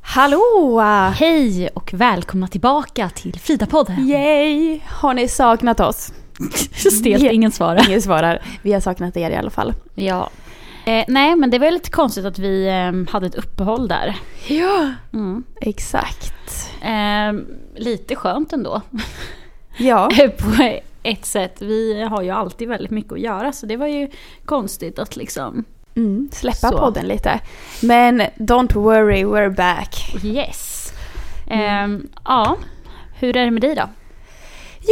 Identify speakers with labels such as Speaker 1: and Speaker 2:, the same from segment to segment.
Speaker 1: Hallå!
Speaker 2: Hej och välkomna tillbaka till Frida-podden.
Speaker 1: Yay! Har ni saknat oss?
Speaker 2: Stelt,
Speaker 1: Yeah.
Speaker 2: ingen svarar.
Speaker 1: Ingen svarar. Vi har saknat er i alla fall.
Speaker 2: Ja. Eh, nej, men det var ju lite konstigt att vi ehm, hade ett uppehåll där.
Speaker 1: Ja,
Speaker 2: Mm.
Speaker 1: exakt.
Speaker 2: Ehm, lite skönt ändå. Eh,
Speaker 1: Ja,
Speaker 2: På ett sätt. Vi har ju alltid väldigt mycket att göra så det var ju konstigt att liksom
Speaker 1: mm, släppa
Speaker 2: Så.
Speaker 1: podden lite. Men don't worry, we're back.
Speaker 2: yes. Ehm, ja, hur är det med dig då?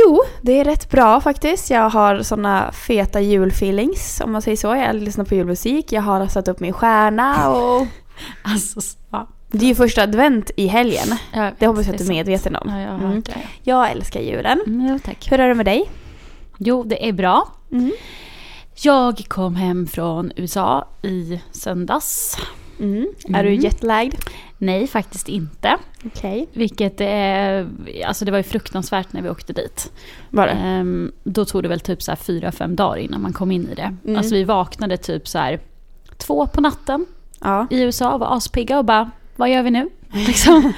Speaker 1: Jo, det är rätt bra faktiskt. Jag har såna feta julfeelings om man säger så. Jag lyssnar på julmusik, jag har satt upp min stjärna och
Speaker 2: Alltså, ja.
Speaker 1: det är ju första advent i helgen. Det hoppas jag att du är
Speaker 2: sant.
Speaker 1: medveten om.
Speaker 2: Ja, jag har
Speaker 1: Mm.
Speaker 2: hört det.
Speaker 1: Jag älskar julen.
Speaker 2: Mm, jo, tack.
Speaker 1: Hur är det med dig?
Speaker 2: Jo, det är bra.
Speaker 1: Mm.
Speaker 2: Jag kom hem från USA i söndags.
Speaker 1: Är du
Speaker 2: Mm.
Speaker 1: jetlagd?
Speaker 2: Nej, faktiskt inte.
Speaker 1: Okej.
Speaker 2: Vilket är, alltså det var ju fruktansvärt när vi åkte dit.
Speaker 1: Var det?
Speaker 2: Ehm, då tog det väl typ så här fyra, fem dagar innan man kom in i det.
Speaker 1: Mm.
Speaker 2: Alltså vi vaknade typ så här två på natten
Speaker 1: Ja.
Speaker 2: i USA och var aspigga och bara, vad gör vi nu? Liksom.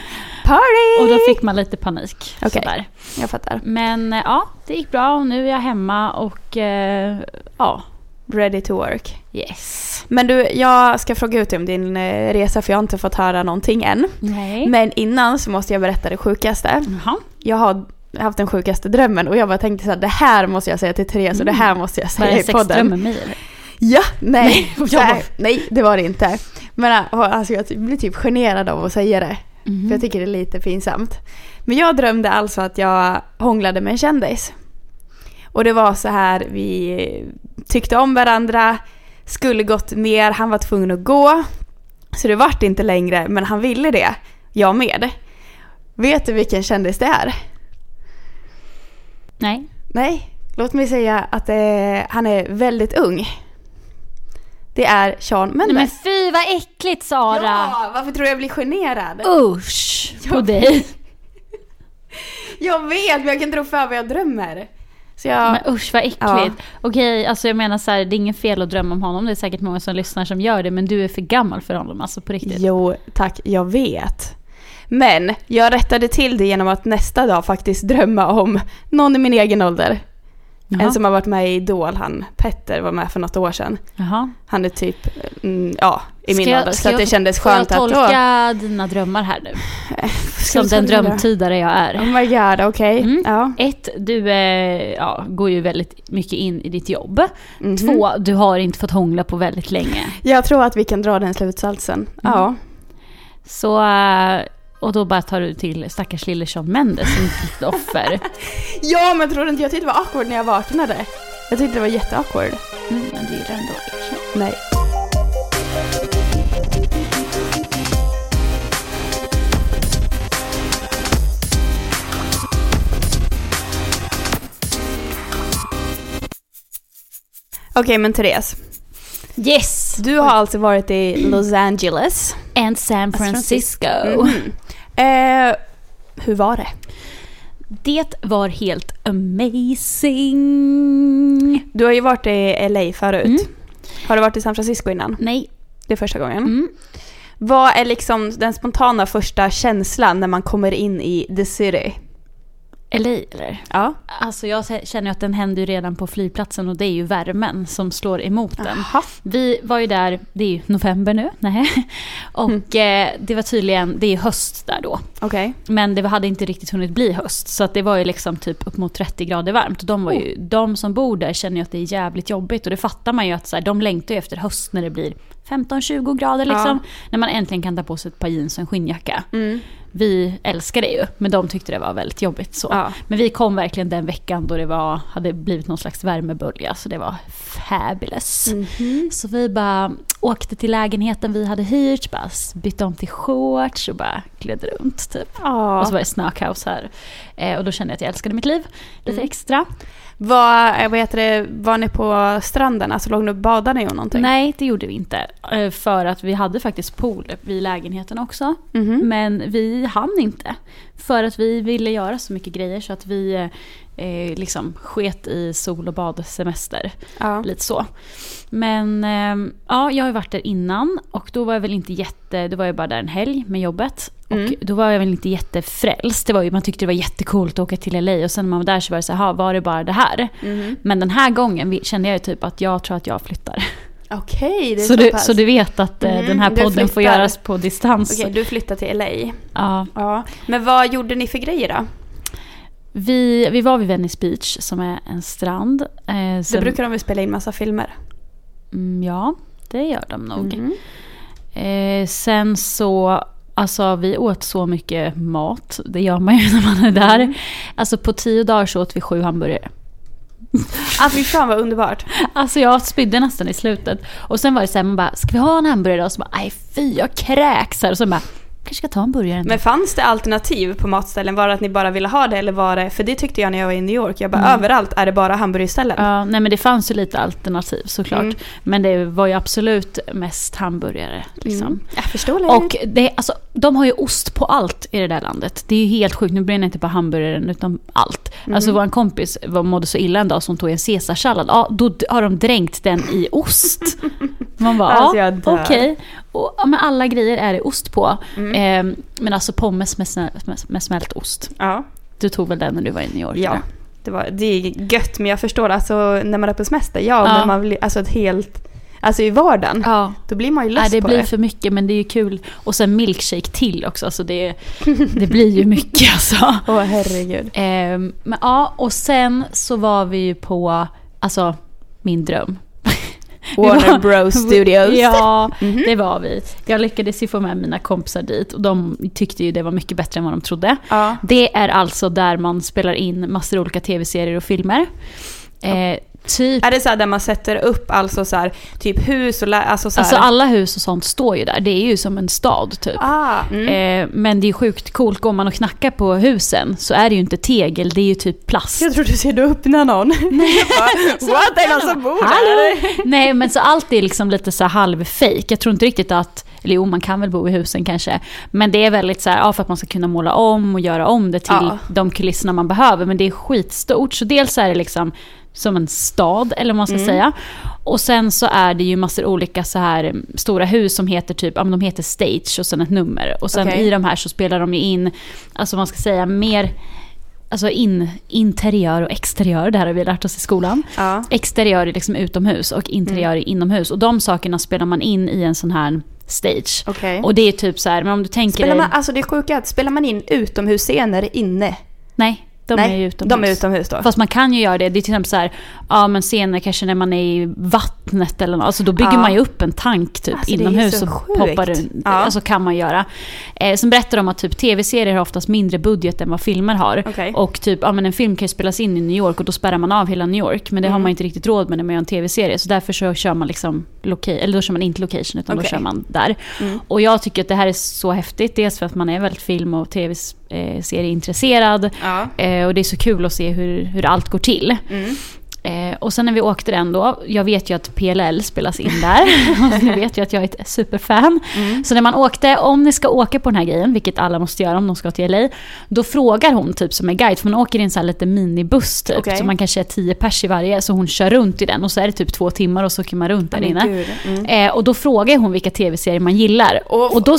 Speaker 1: Party!
Speaker 2: Och då fick man lite panik.
Speaker 1: Okej.
Speaker 2: sådär.
Speaker 1: Jag fattar.
Speaker 2: Men eh, ja, det gick bra och nu är jag hemma och eh, ja,
Speaker 1: Ready to work.
Speaker 2: yes.
Speaker 1: Men du, jag ska fråga ut dig om din eh, resa för jag har inte fått höra någonting än.
Speaker 2: Mm. Nej. Men,
Speaker 1: Men innan så måste jag berätta det sjukaste.
Speaker 2: Jaha.
Speaker 1: Jag har haft den sjukaste drömmen och jag bara tänkte så här, det här måste jag säga till Therese och det
Speaker 2: Mm.
Speaker 1: här måste jag
Speaker 2: Var
Speaker 1: säga
Speaker 2: det
Speaker 1: i podden.
Speaker 2: sexdröm med mig eller?
Speaker 1: Ja, nej.
Speaker 2: Nej,
Speaker 1: så här,
Speaker 2: jag-
Speaker 1: nej, det var det inte. Men äh, alltså, jag blir typ generad av att säga det.
Speaker 2: Mhm.
Speaker 1: För jag
Speaker 2: Mm.
Speaker 1: tycker det är lite pinsamt. Men jag drömde alltså att jag hånglade med en kändis. Och det var så här, vi tyckte om varandra, skulle gått mer, han var tvungen att gå. Så det vart inte längre, men han ville det. Jag med. Vet du vilken kändis det är?
Speaker 2: Nej.
Speaker 1: Nej, låt mig säga att eh, han är väldigt ung. Det är Sean Mendes.
Speaker 2: Nej men fy vad äckligt Sara!
Speaker 1: ja, varför tror du jag blir generad?
Speaker 2: Usch på
Speaker 1: Jag-
Speaker 2: dig.
Speaker 1: Jag vet, men jag kan inte rå för vad jag drömmer. Så jag...
Speaker 2: Men usch vad äckligt.
Speaker 1: Ja.
Speaker 2: Okej, alltså jag menar så här, det är ingen fel att drömma om honom. Det är säkert många som lyssnar som gör det. Men du är för gammal för honom alltså på riktigt.
Speaker 1: Jo, tack, jag vet. Men jag rättade till det genom att nästa dag faktiskt drömma om någon i min egen ålder.
Speaker 2: Jaha.
Speaker 1: En som har varit med i Idol, han Petter var med för något år sedan.
Speaker 2: Jaha.
Speaker 1: Han är typ, mm, ja, i min
Speaker 2: Ska jag-
Speaker 1: ålder. Så
Speaker 2: ska
Speaker 1: att det
Speaker 2: jag-
Speaker 1: kändes
Speaker 2: Får jag
Speaker 1: skönt att...
Speaker 2: tolka
Speaker 1: åh,
Speaker 2: dina drömmar här nu?
Speaker 1: ska
Speaker 2: Som
Speaker 1: vi
Speaker 2: den
Speaker 1: tolka det?
Speaker 2: drömtydare jag
Speaker 1: Oh
Speaker 2: är.
Speaker 1: my god, okej.
Speaker 2: Mm.
Speaker 1: Ja.
Speaker 2: Ett, du eh, ja, går ju väldigt mycket in i ditt jobb.
Speaker 1: Mhm.
Speaker 2: Två, du har inte fått hångla på väldigt länge.
Speaker 1: Jag tror att vi kan dra den slutsatsen.
Speaker 2: Mm.
Speaker 1: Ja.
Speaker 2: Så, eh, och då bara tar du till stackars lille Sean Mendes som ditt offer.
Speaker 1: ja, men tror du inte jag tyckte det var awkward när jag vaknade? Jag tyckte det var jätteawkward.
Speaker 2: Mm, men du gillar ändå erkänn.
Speaker 1: Nej. Okej men Therese,
Speaker 2: Yes!
Speaker 1: du har alltså varit i Los Angeles.
Speaker 2: And San
Speaker 1: Francisco.
Speaker 2: Francisco.
Speaker 1: Mhm. Eh, hur var det?
Speaker 2: Det var helt amazing.
Speaker 1: Du har ju varit i LA förut.
Speaker 2: Mm.
Speaker 1: Har du varit i San Francisco innan?
Speaker 2: Nej.
Speaker 1: Det är första gången.
Speaker 2: Mm.
Speaker 1: Vad är liksom den spontana första känslan när man kommer in i the city?
Speaker 2: LA eller?
Speaker 1: Ja.
Speaker 2: Alltså jag se- känner ju att den händer ju redan på flygplatsen och det är ju värmen som slår emot den.
Speaker 1: Jaha.
Speaker 2: Vi var ju där, det är ju november nu, nej. Och eh, det var tydligen, det är höst där då.
Speaker 1: Okej.
Speaker 2: Men det hade inte riktigt hunnit bli höst så att det var ju liksom typ upp mot 30 grader varmt. Och De, var ju, de som bor där känner ju att det är jävligt jobbigt och det fattar man ju att så här, de längtar ju efter höst när det blir 15-20 grader liksom.
Speaker 1: Ja.
Speaker 2: När man äntligen kan ta på sig ett par jeans och en skinnjacka.
Speaker 1: Mm.
Speaker 2: Vi älskar det ju, men de tyckte det var väldigt jobbigt. Så.
Speaker 1: Ja.
Speaker 2: Men vi kom verkligen den veckan då det var, hade blivit någon slags värmebölja, så det var fabulous. Mm. Så vi bara åkte till lägenheten vi hade hyrt, bara bytte om till shorts och bara gled runt. Typ. Och
Speaker 1: Ja.
Speaker 2: så var det snökaos här. Eh, och då kände jag att jag älskade mitt liv lite
Speaker 1: Mm.
Speaker 2: extra.
Speaker 1: Vad, eh, vad heter det, var ni på stranden? Alltså låg ni och badade ni och någonting?
Speaker 2: Nej, det gjorde vi inte. Eh, För att vi hade faktiskt pool vid lägenheten också.
Speaker 1: Mhm.
Speaker 2: Men vi hann inte. För att vi ville göra så mycket grejer så att vi eh, liksom sket i sol och badsemester.
Speaker 1: Ja.
Speaker 2: Lite så. Men eh, ja, jag har ju varit där innan och då var jag väl inte jätte, då var jag bara där en helg med jobbet.
Speaker 1: Mm.
Speaker 2: Och då var jag väl inte jättefrälst. Det var ju, man tyckte det var jättecoolt att åka till LA och sen när man var där så var det så här, "Ha, var det bara det här?
Speaker 1: Mhm.
Speaker 2: Men den här gången vi- kände jag ju typ att jag tror att jag flyttar.
Speaker 1: Okej, det är
Speaker 2: Så
Speaker 1: så,
Speaker 2: du,
Speaker 1: pass.
Speaker 2: så du vet att eh,
Speaker 1: Mm,
Speaker 2: den här
Speaker 1: du
Speaker 2: podden
Speaker 1: flyttar.
Speaker 2: får göras på distans.
Speaker 1: Okej, du flyttade till LA.
Speaker 2: Ja.
Speaker 1: Ja. Men vad gjorde ni för grejer då?
Speaker 2: Vi, vi var vid Venice Beach som är en strand. Eh,
Speaker 1: Då
Speaker 2: sen-
Speaker 1: brukar de väl spela in massa filmer?
Speaker 2: mm, ja, det gör de nog.
Speaker 1: Mhm.
Speaker 2: Eh, sen så, alltså vi åt så mycket mat. Det gör man ju när man är där.
Speaker 1: Mm.
Speaker 2: Alltså på tio dagar så åt vi sju hamburgare.
Speaker 1: Ah, fy fan vad underbart.
Speaker 2: Alltså jag spydde nästan i slutet. Och sen var det så här, man bara, ska vi ha en hamburgare idag? Och så bara, nej fy jag kräks här. Och sen bara, kanske ska ta en burgare ändå.
Speaker 1: Men fanns det alternativ på matställen? Var det att ni bara ville ha det eller var det, för det tyckte jag när jag var i New York, jag bara överallt är det bara hamburgerställen.
Speaker 2: Mm. Ja, nej men det fanns ju lite alternativ såklart.
Speaker 1: Mm.
Speaker 2: Men det var ju absolut mest hamburgare. Liksom.
Speaker 1: Mm. Jag förstår det.
Speaker 2: Och det, alltså, de har ju ost på allt i det där landet. Det är ju helt sjukt. Nu blir det inte bara hamburgaren utan allt. Alltså
Speaker 1: Mm.
Speaker 2: vår kompis var, mådde så illa en dag som tog en caesarsallad. Ja, då d- har de dränkt den i ost. Man bara,
Speaker 1: Alltså,
Speaker 2: ja,
Speaker 1: jag dör. Mm.
Speaker 2: okej. Och ja, men alla grejer är det ost på. Eh, men alltså pommes med, snä- med, med smält ost.
Speaker 1: ja.
Speaker 2: Du tog väl den när du var i New York?
Speaker 1: ja.
Speaker 2: eller?
Speaker 1: Det, var, det är gött men jag förstår alltså när man är på semester, ja,
Speaker 2: Ja.
Speaker 1: men man vill alltså ett helt, alltså i vardagen,
Speaker 2: ja.
Speaker 1: då blir man ju
Speaker 2: Nej,
Speaker 1: less
Speaker 2: det
Speaker 1: på
Speaker 2: blir
Speaker 1: det.
Speaker 2: för mycket men det är ju kul. Och sen milkshake till också. Alltså det, det blir ju mycket alltså.
Speaker 1: Åh herregud.
Speaker 2: Ehm, men ja, och sen så var vi ju på, alltså min dröm. Vi
Speaker 1: Warner
Speaker 2: var-
Speaker 1: Bros Studios.
Speaker 2: Ja,
Speaker 1: Mhm.
Speaker 2: det var vi. Jag lyckades ju få med mina kompisar dit och de tyckte ju det var mycket bättre än vad de trodde.
Speaker 1: Ja.
Speaker 2: Det är alltså där man spelar in massor olika tv-serier och filmer. Eh, typ,
Speaker 1: Är det så här där man sätter upp alltså så här, typ hus och lä- alltså så här.
Speaker 2: alltså alla hus och sånt står ju där. Det är ju som en stad typ.
Speaker 1: ah, mm.
Speaker 2: Eh, men det är sjukt coolt, går man och knackar på husen så är det ju inte tegel, det är ju typ plast.
Speaker 1: Jag tror du ser du öppna någon. Nej. What? Är det någon som bor där? eller?
Speaker 2: Nej men så allt är liksom lite så här halvfejk. Jag tror inte riktigt att, eller jo man kan väl bo i husen kanske. Men det är väldigt så här, ja, för att man ska kunna måla om och göra om det till
Speaker 1: Ja.
Speaker 2: de kulisserna man behöver. Men det är skitstort. Så dels är det liksom som en stad eller vad man ska
Speaker 1: Mm.
Speaker 2: säga. Och sen så är det ju massor olika så här mm, stora hus som heter typ, ja men de heter stage och sen ett nummer. Och sen
Speaker 1: Okej.
Speaker 2: i de här så spelar de ju in, alltså man ska säga mer, alltså in, interiör och exteriör, det här har vi lärt oss i skolan.
Speaker 1: Ja.
Speaker 2: Exteriör är liksom utomhus och interiör
Speaker 1: Mm.
Speaker 2: är inomhus. Och de sakerna spelar man in i en sån här stage.
Speaker 1: Okej.
Speaker 2: Och det är typ så här, men om du tänker
Speaker 1: Spelar
Speaker 2: dig...
Speaker 1: man, alltså det är sjuka att spelar man in utomhusscener inne?
Speaker 2: Nej, de
Speaker 1: Nej,
Speaker 2: är ju utomhus.
Speaker 1: De är utomhus då.
Speaker 2: Fast man kan ju göra det. Det är till exempel så här, ja men scener kanske när man är i vattnet eller något. Alltså då bygger
Speaker 1: Ja.
Speaker 2: man ju upp en tank typ
Speaker 1: Alltså, det är ju
Speaker 2: inomhus
Speaker 1: så
Speaker 2: och
Speaker 1: sjukt.
Speaker 2: poppar den.
Speaker 1: Ja.
Speaker 2: Alltså kan man göra. Eh, sen berättar de att typ tv-serier har oftast mindre budget än vad filmer har.
Speaker 1: Okej.
Speaker 2: Och typ, ja men en film kan ju spelas in i New York och då spärrar man av hela New York. Men det
Speaker 1: Mm.
Speaker 2: har man inte riktigt råd med när man gör en tv-serie. Så därför så kör man liksom, loca- eller då kör man inte location utan
Speaker 1: Okej.
Speaker 2: då kör man där.
Speaker 1: Mm.
Speaker 2: Och jag tycker att det här är så häftigt. Dels för att man är väldigt film och eh, tv-serieintresserad.
Speaker 1: Ja.
Speaker 2: Eh, och det är så kul att se hur, hur allt går till.
Speaker 1: Mm.
Speaker 2: Eh, och sen när vi åkte den då, jag vet ju att PLL spelas in där. Och ni vet ju att jag är ett superfan. Så när man åkte, om ni ska åka på den här grejen, vilket alla måste göra om de ska till LA, då frågar hon typ som är guide, för man åker i en sån här liten minibuss typ.
Speaker 1: Okej.
Speaker 2: Så man kanske är tio pers i varje, så hon kör runt i den och så är det typ två timmar och så åker man runt där
Speaker 1: Men
Speaker 2: inne.
Speaker 1: gud, mm.
Speaker 2: Eh, och då frågar hon vilka tv-serier man gillar.
Speaker 1: Och-
Speaker 2: Och, då
Speaker 1: du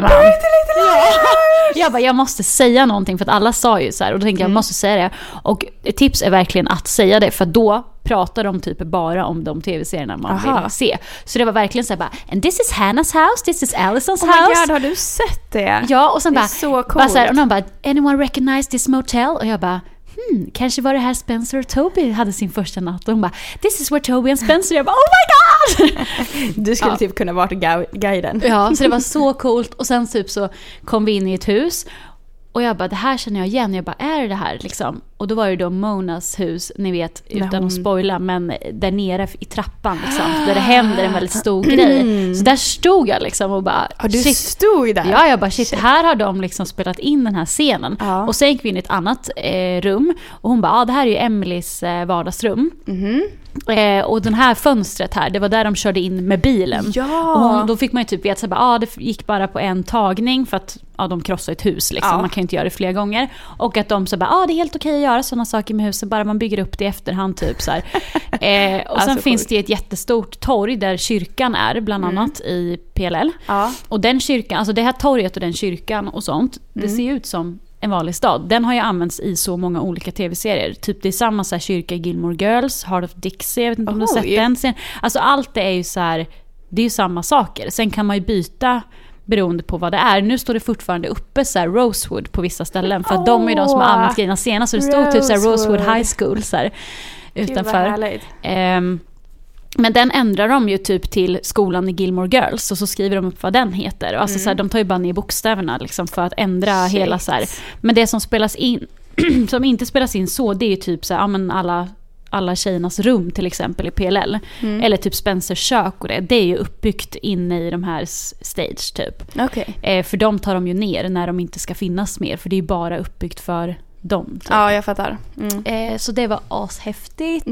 Speaker 1: bara,
Speaker 2: man...
Speaker 1: "Pretty Little Liars!"
Speaker 2: Jag bara, jag måste säga någonting för att alla sa ju så här och då tänkte
Speaker 1: Mm.
Speaker 2: jag, jag måste säga det. Och ett tips är verkligen att säga det för då pratar de typ bara om de tv-serierna man
Speaker 1: Aha.
Speaker 2: vill se. Så det var verkligen så här bara, and this is Hannah's house, this is Allisons
Speaker 1: Oh my
Speaker 2: house.
Speaker 1: god, har du sett det?
Speaker 2: Ja och sen
Speaker 1: Det är
Speaker 2: bara,
Speaker 1: så
Speaker 2: bara så här,
Speaker 1: coolt.
Speaker 2: och någon bara, anyone recognize this motel? Och jag bara, hmm, kanske var det här Spencer och Toby hade sin första natt. Och hon bara, this is where Toby and Spencer Jag bara, oh my god!
Speaker 1: Du skulle
Speaker 2: Ja.
Speaker 1: typ kunna vara gu- guiden.
Speaker 2: Ja, så det var så coolt. Och sen typ så kom vi in i ett hus. Och jag bara, det här känner jag igen. Jag bara, är det det här liksom? Och då var det då Monas hus, ni vet,
Speaker 1: När
Speaker 2: utan
Speaker 1: hon-
Speaker 2: att spoila, men där nere i trappan liksom, där det händer en väldigt stor grej. Så där stod jag liksom och bara,
Speaker 1: Mm. Ja, du
Speaker 2: shit.
Speaker 1: stod där.
Speaker 2: Ja, jag bara shit, här har de liksom spelat in den här scenen.
Speaker 1: Ja.
Speaker 2: Och sen gick vi in i ett annat eh, rum och hon bara, ah, det här är ju Emelies eh, vardagsrum.
Speaker 1: Mhm.
Speaker 2: Eh, och den här fönstret här, det var där de körde in med bilen.
Speaker 1: Ja.
Speaker 2: Och hon, då fick man ju typ veta att ah, det gick bara på en tagning för att ah, de krossade ett hus. Liksom.
Speaker 1: Ja.
Speaker 2: Man kan ju inte göra det flera gånger. Och att de sa att ah, det är helt okej att göra sådana saker med huset, bara man bygger upp det i efterhand. Typ, så här. Eh, och
Speaker 1: Alltså,
Speaker 2: sen finns
Speaker 1: sjukt. Mm.
Speaker 2: det ju ett jättestort torg där kyrkan är, bland annat i PLL.
Speaker 1: Ja.
Speaker 2: Och den kyrkan, alltså det här torget och den kyrkan och sånt,
Speaker 1: Mm.
Speaker 2: det ser ju ut som en vanlig stad. Den har ju använts i så många olika tv-serier. Typ det är samma så här kyrka i Gilmore Girls, Heart of Dixie, jag vet inte om du har
Speaker 1: Oj.
Speaker 2: sett den. Sen, alltså allt det är ju så här, det är ju samma saker. Sen kan man ju byta beroende på vad det är. Nu står det fortfarande uppe så här Rosewood på vissa ställen för att de är ju de som har
Speaker 1: Åh.
Speaker 2: använt grejerna senast. Så det stod typ så här Rosewood
Speaker 1: Rosewood.
Speaker 2: High School så här, utanför.
Speaker 1: härligt.
Speaker 2: Ehm, men den ändrar de ju typ till skolan i Gilmore Girls och så skriver de upp vad den heter. Och alltså så här, de tar ju bara ner bokstäverna liksom för att ändra
Speaker 1: Shit.
Speaker 2: hela så här. Men det som spelas in, som inte spelas in så, det är ju typ så här, ja, men alla, alla tjejernas rum till exempel i PLL.
Speaker 1: Mm.
Speaker 2: Eller typ Spencers kök och det. Det är ju uppbyggt inne i de här s- stage typ.
Speaker 1: Okej.
Speaker 2: Eh, för de tar de ju ner när de inte ska finnas mer. För det är ju bara uppbyggt för dem. Typ.
Speaker 1: Ja, jag fattar. Mm.
Speaker 2: Eh, så det var ashäftigt.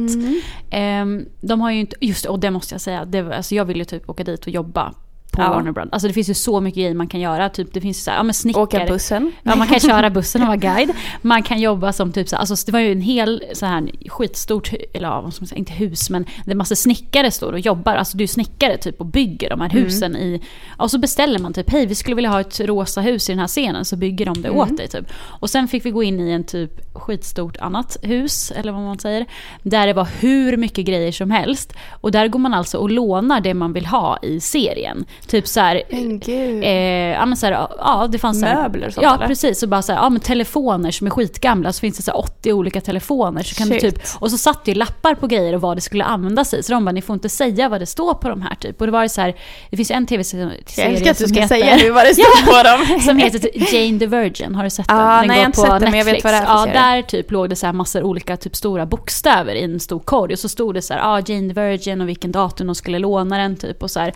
Speaker 2: Ehm, de har ju inte, just det, och det måste jag säga, det var, alltså jag vill ju typ åka dit och jobba på
Speaker 1: Ja.
Speaker 2: Warner Bros. Alltså det finns ju så mycket grejer man kan göra. Typ det finns ju så här, ja men snickare.
Speaker 1: Åka bussen.
Speaker 2: Ja, man kan köra bussen och vara guide. Man kan jobba som typ så här, alltså det var ju en hel så här skitstort, hu- eller ja, vad ska man säga, inte hus, men det är massa snickare står och jobbar. Alltså du är snickare typ och bygger de här husen i, och så beställer man typ, hej vi skulle vilja ha ett rosa hus i den här scenen, så bygger de det åt dig typ. Och sen fick vi gå in i en typ skitstort annat hus, eller vad man säger, där det var hur mycket grejer som helst. Och där går man alltså och lånar det man vill ha i serien. Typ så här,
Speaker 1: Men gud.
Speaker 2: Eh, ja, men så här, ja, det fanns så här-
Speaker 1: Möbler och sånt,
Speaker 2: Ja,
Speaker 1: eller?
Speaker 2: precis. Och bara så här, ja, men telefoner som är skitgamla. Så finns det så här 80 olika telefoner. Så kan du
Speaker 1: Shit.
Speaker 2: typ, och så satt det ju lappar på grejer och vad det skulle användas i. Så de bara, ni får inte säga vad det står på de här. Typ. Och det var ju så här, det finns ju en tv-serie
Speaker 1: jag älskar att du
Speaker 2: som
Speaker 1: ska
Speaker 2: heter-
Speaker 1: säga nu vad det står på dem.
Speaker 2: som heter Jane the Virgin, har du sett den?
Speaker 1: Ah,
Speaker 2: den
Speaker 1: nej, jag har inte sett den, men jag vet vad det är för
Speaker 2: Ja,
Speaker 1: serie.
Speaker 2: där typ låg det så här massor olika typ stora bokstäver i en stor korg. Och så stod det så här, ah, Jane the Virgin och vilken datum de skulle låna den typ. Och så, här.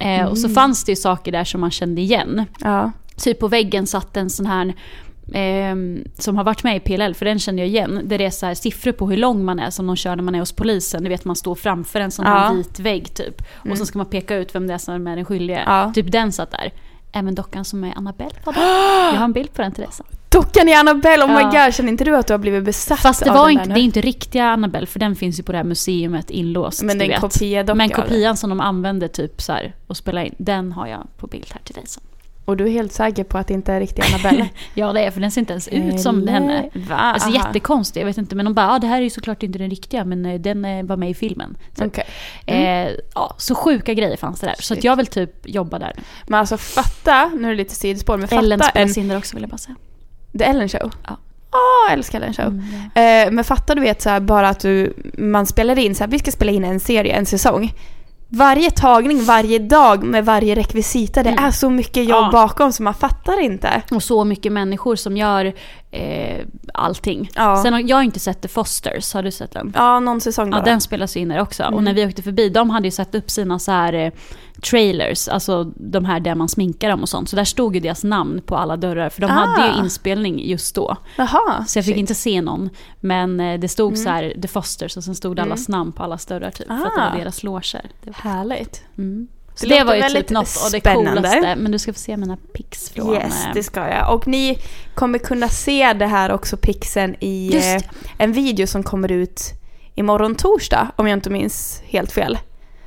Speaker 2: Eh,
Speaker 1: Mm.
Speaker 2: och så fanns det ju saker där som man kände igen.
Speaker 1: Ja.
Speaker 2: Typ på väggen satt en sån här ehm, som har varit med i PLL, för den känner jag igen. Där det är så här siffror på hur lång man är som de kör när man är hos polisen. Du vet man står framför en sån här
Speaker 1: Ja. Mm.
Speaker 2: vit vägg typ. Och så ska man peka ut vem det är som är den skyldige.
Speaker 1: Ja.
Speaker 2: Typ den satt där. Även dockan som är Annabelle var där. Jag har en bild på den till dig sen.
Speaker 1: Dockan i Annabelle, oh my
Speaker 2: Ja.
Speaker 1: god, känner inte du att du har blivit besatt
Speaker 2: Fast det,
Speaker 1: av
Speaker 2: var
Speaker 1: den
Speaker 2: inte,
Speaker 1: där
Speaker 2: det är
Speaker 1: nu?
Speaker 2: inte riktiga Annabelle för den finns ju på det här museet inlåst.
Speaker 1: Men
Speaker 2: du
Speaker 1: den
Speaker 2: vet.
Speaker 1: kopia
Speaker 2: Men kopian som de använde typ så här och spela in, den har jag på bild här till dig sen.
Speaker 1: Och du är helt säker på att det inte är riktig Annabelle?
Speaker 2: Ja det är för den ser inte ens
Speaker 1: Eh,
Speaker 2: ut som henne.
Speaker 1: Va?
Speaker 2: Alltså
Speaker 1: Aha.
Speaker 2: jättekonstig, jag vet inte. Men de bara, ja det här är ju såklart inte den riktiga men eh, den eh, var med i filmen. Så,
Speaker 1: Okej. Mm.
Speaker 2: eh, ja, så sjuka grejer fanns det där. Så att
Speaker 1: Shit.
Speaker 2: jag vill typ jobba där.
Speaker 1: Men alltså fatta, nu är det lite sidospår, men fatta
Speaker 2: Ellen
Speaker 1: en...
Speaker 2: spelas in där också vill jag bara säga.
Speaker 1: The Ellen Show?
Speaker 2: Ja. Mm.
Speaker 1: Åh, älskar Ellen Show. Eh, men fatta du vet så här, bara att du, man spelar in så här, vi ska spela in en serie, en säsong. Varje tagning, varje dag med varje rekvisita, det är så mycket jobb
Speaker 2: Mm. Ja.
Speaker 1: bakom så man fattar inte.
Speaker 2: Och så mycket människor som gör eh, allting.
Speaker 1: Ja.
Speaker 2: Sen har jag har inte sett The Fosters, har du sett den?
Speaker 1: Ja, någon säsong bara.
Speaker 2: Ja, den Mm. spelas ju in där också. Och när vi åkte förbi, de hade ju satt upp sina så här eh, trailers, alltså de här där man sminkar dem och sånt. Så där stod ju deras namn på alla dörrar, för de
Speaker 1: Ah.
Speaker 2: hade ju inspelning just då.
Speaker 1: Jaha.
Speaker 2: Så jag fick inte se någon. Men eh, det
Speaker 1: Mm.
Speaker 2: stod så här The Fosters och sen stod det allas namn på allas dörrar typ. För att det
Speaker 1: Ah.
Speaker 2: var deras loger. Det var,
Speaker 1: Härligt.
Speaker 2: mm. Så
Speaker 1: Det
Speaker 2: det,
Speaker 1: låter
Speaker 2: var ju
Speaker 1: väldigt
Speaker 2: typ något av det
Speaker 1: spännande.
Speaker 2: coolaste. Men du ska få se mina pics från...
Speaker 1: Yes,
Speaker 2: eh,
Speaker 1: det ska jag. Och ni kommer kunna se det här också, pixen, i
Speaker 2: Just det.
Speaker 1: eh, en video som kommer ut imorgon torsdag, om jag inte minns helt fel.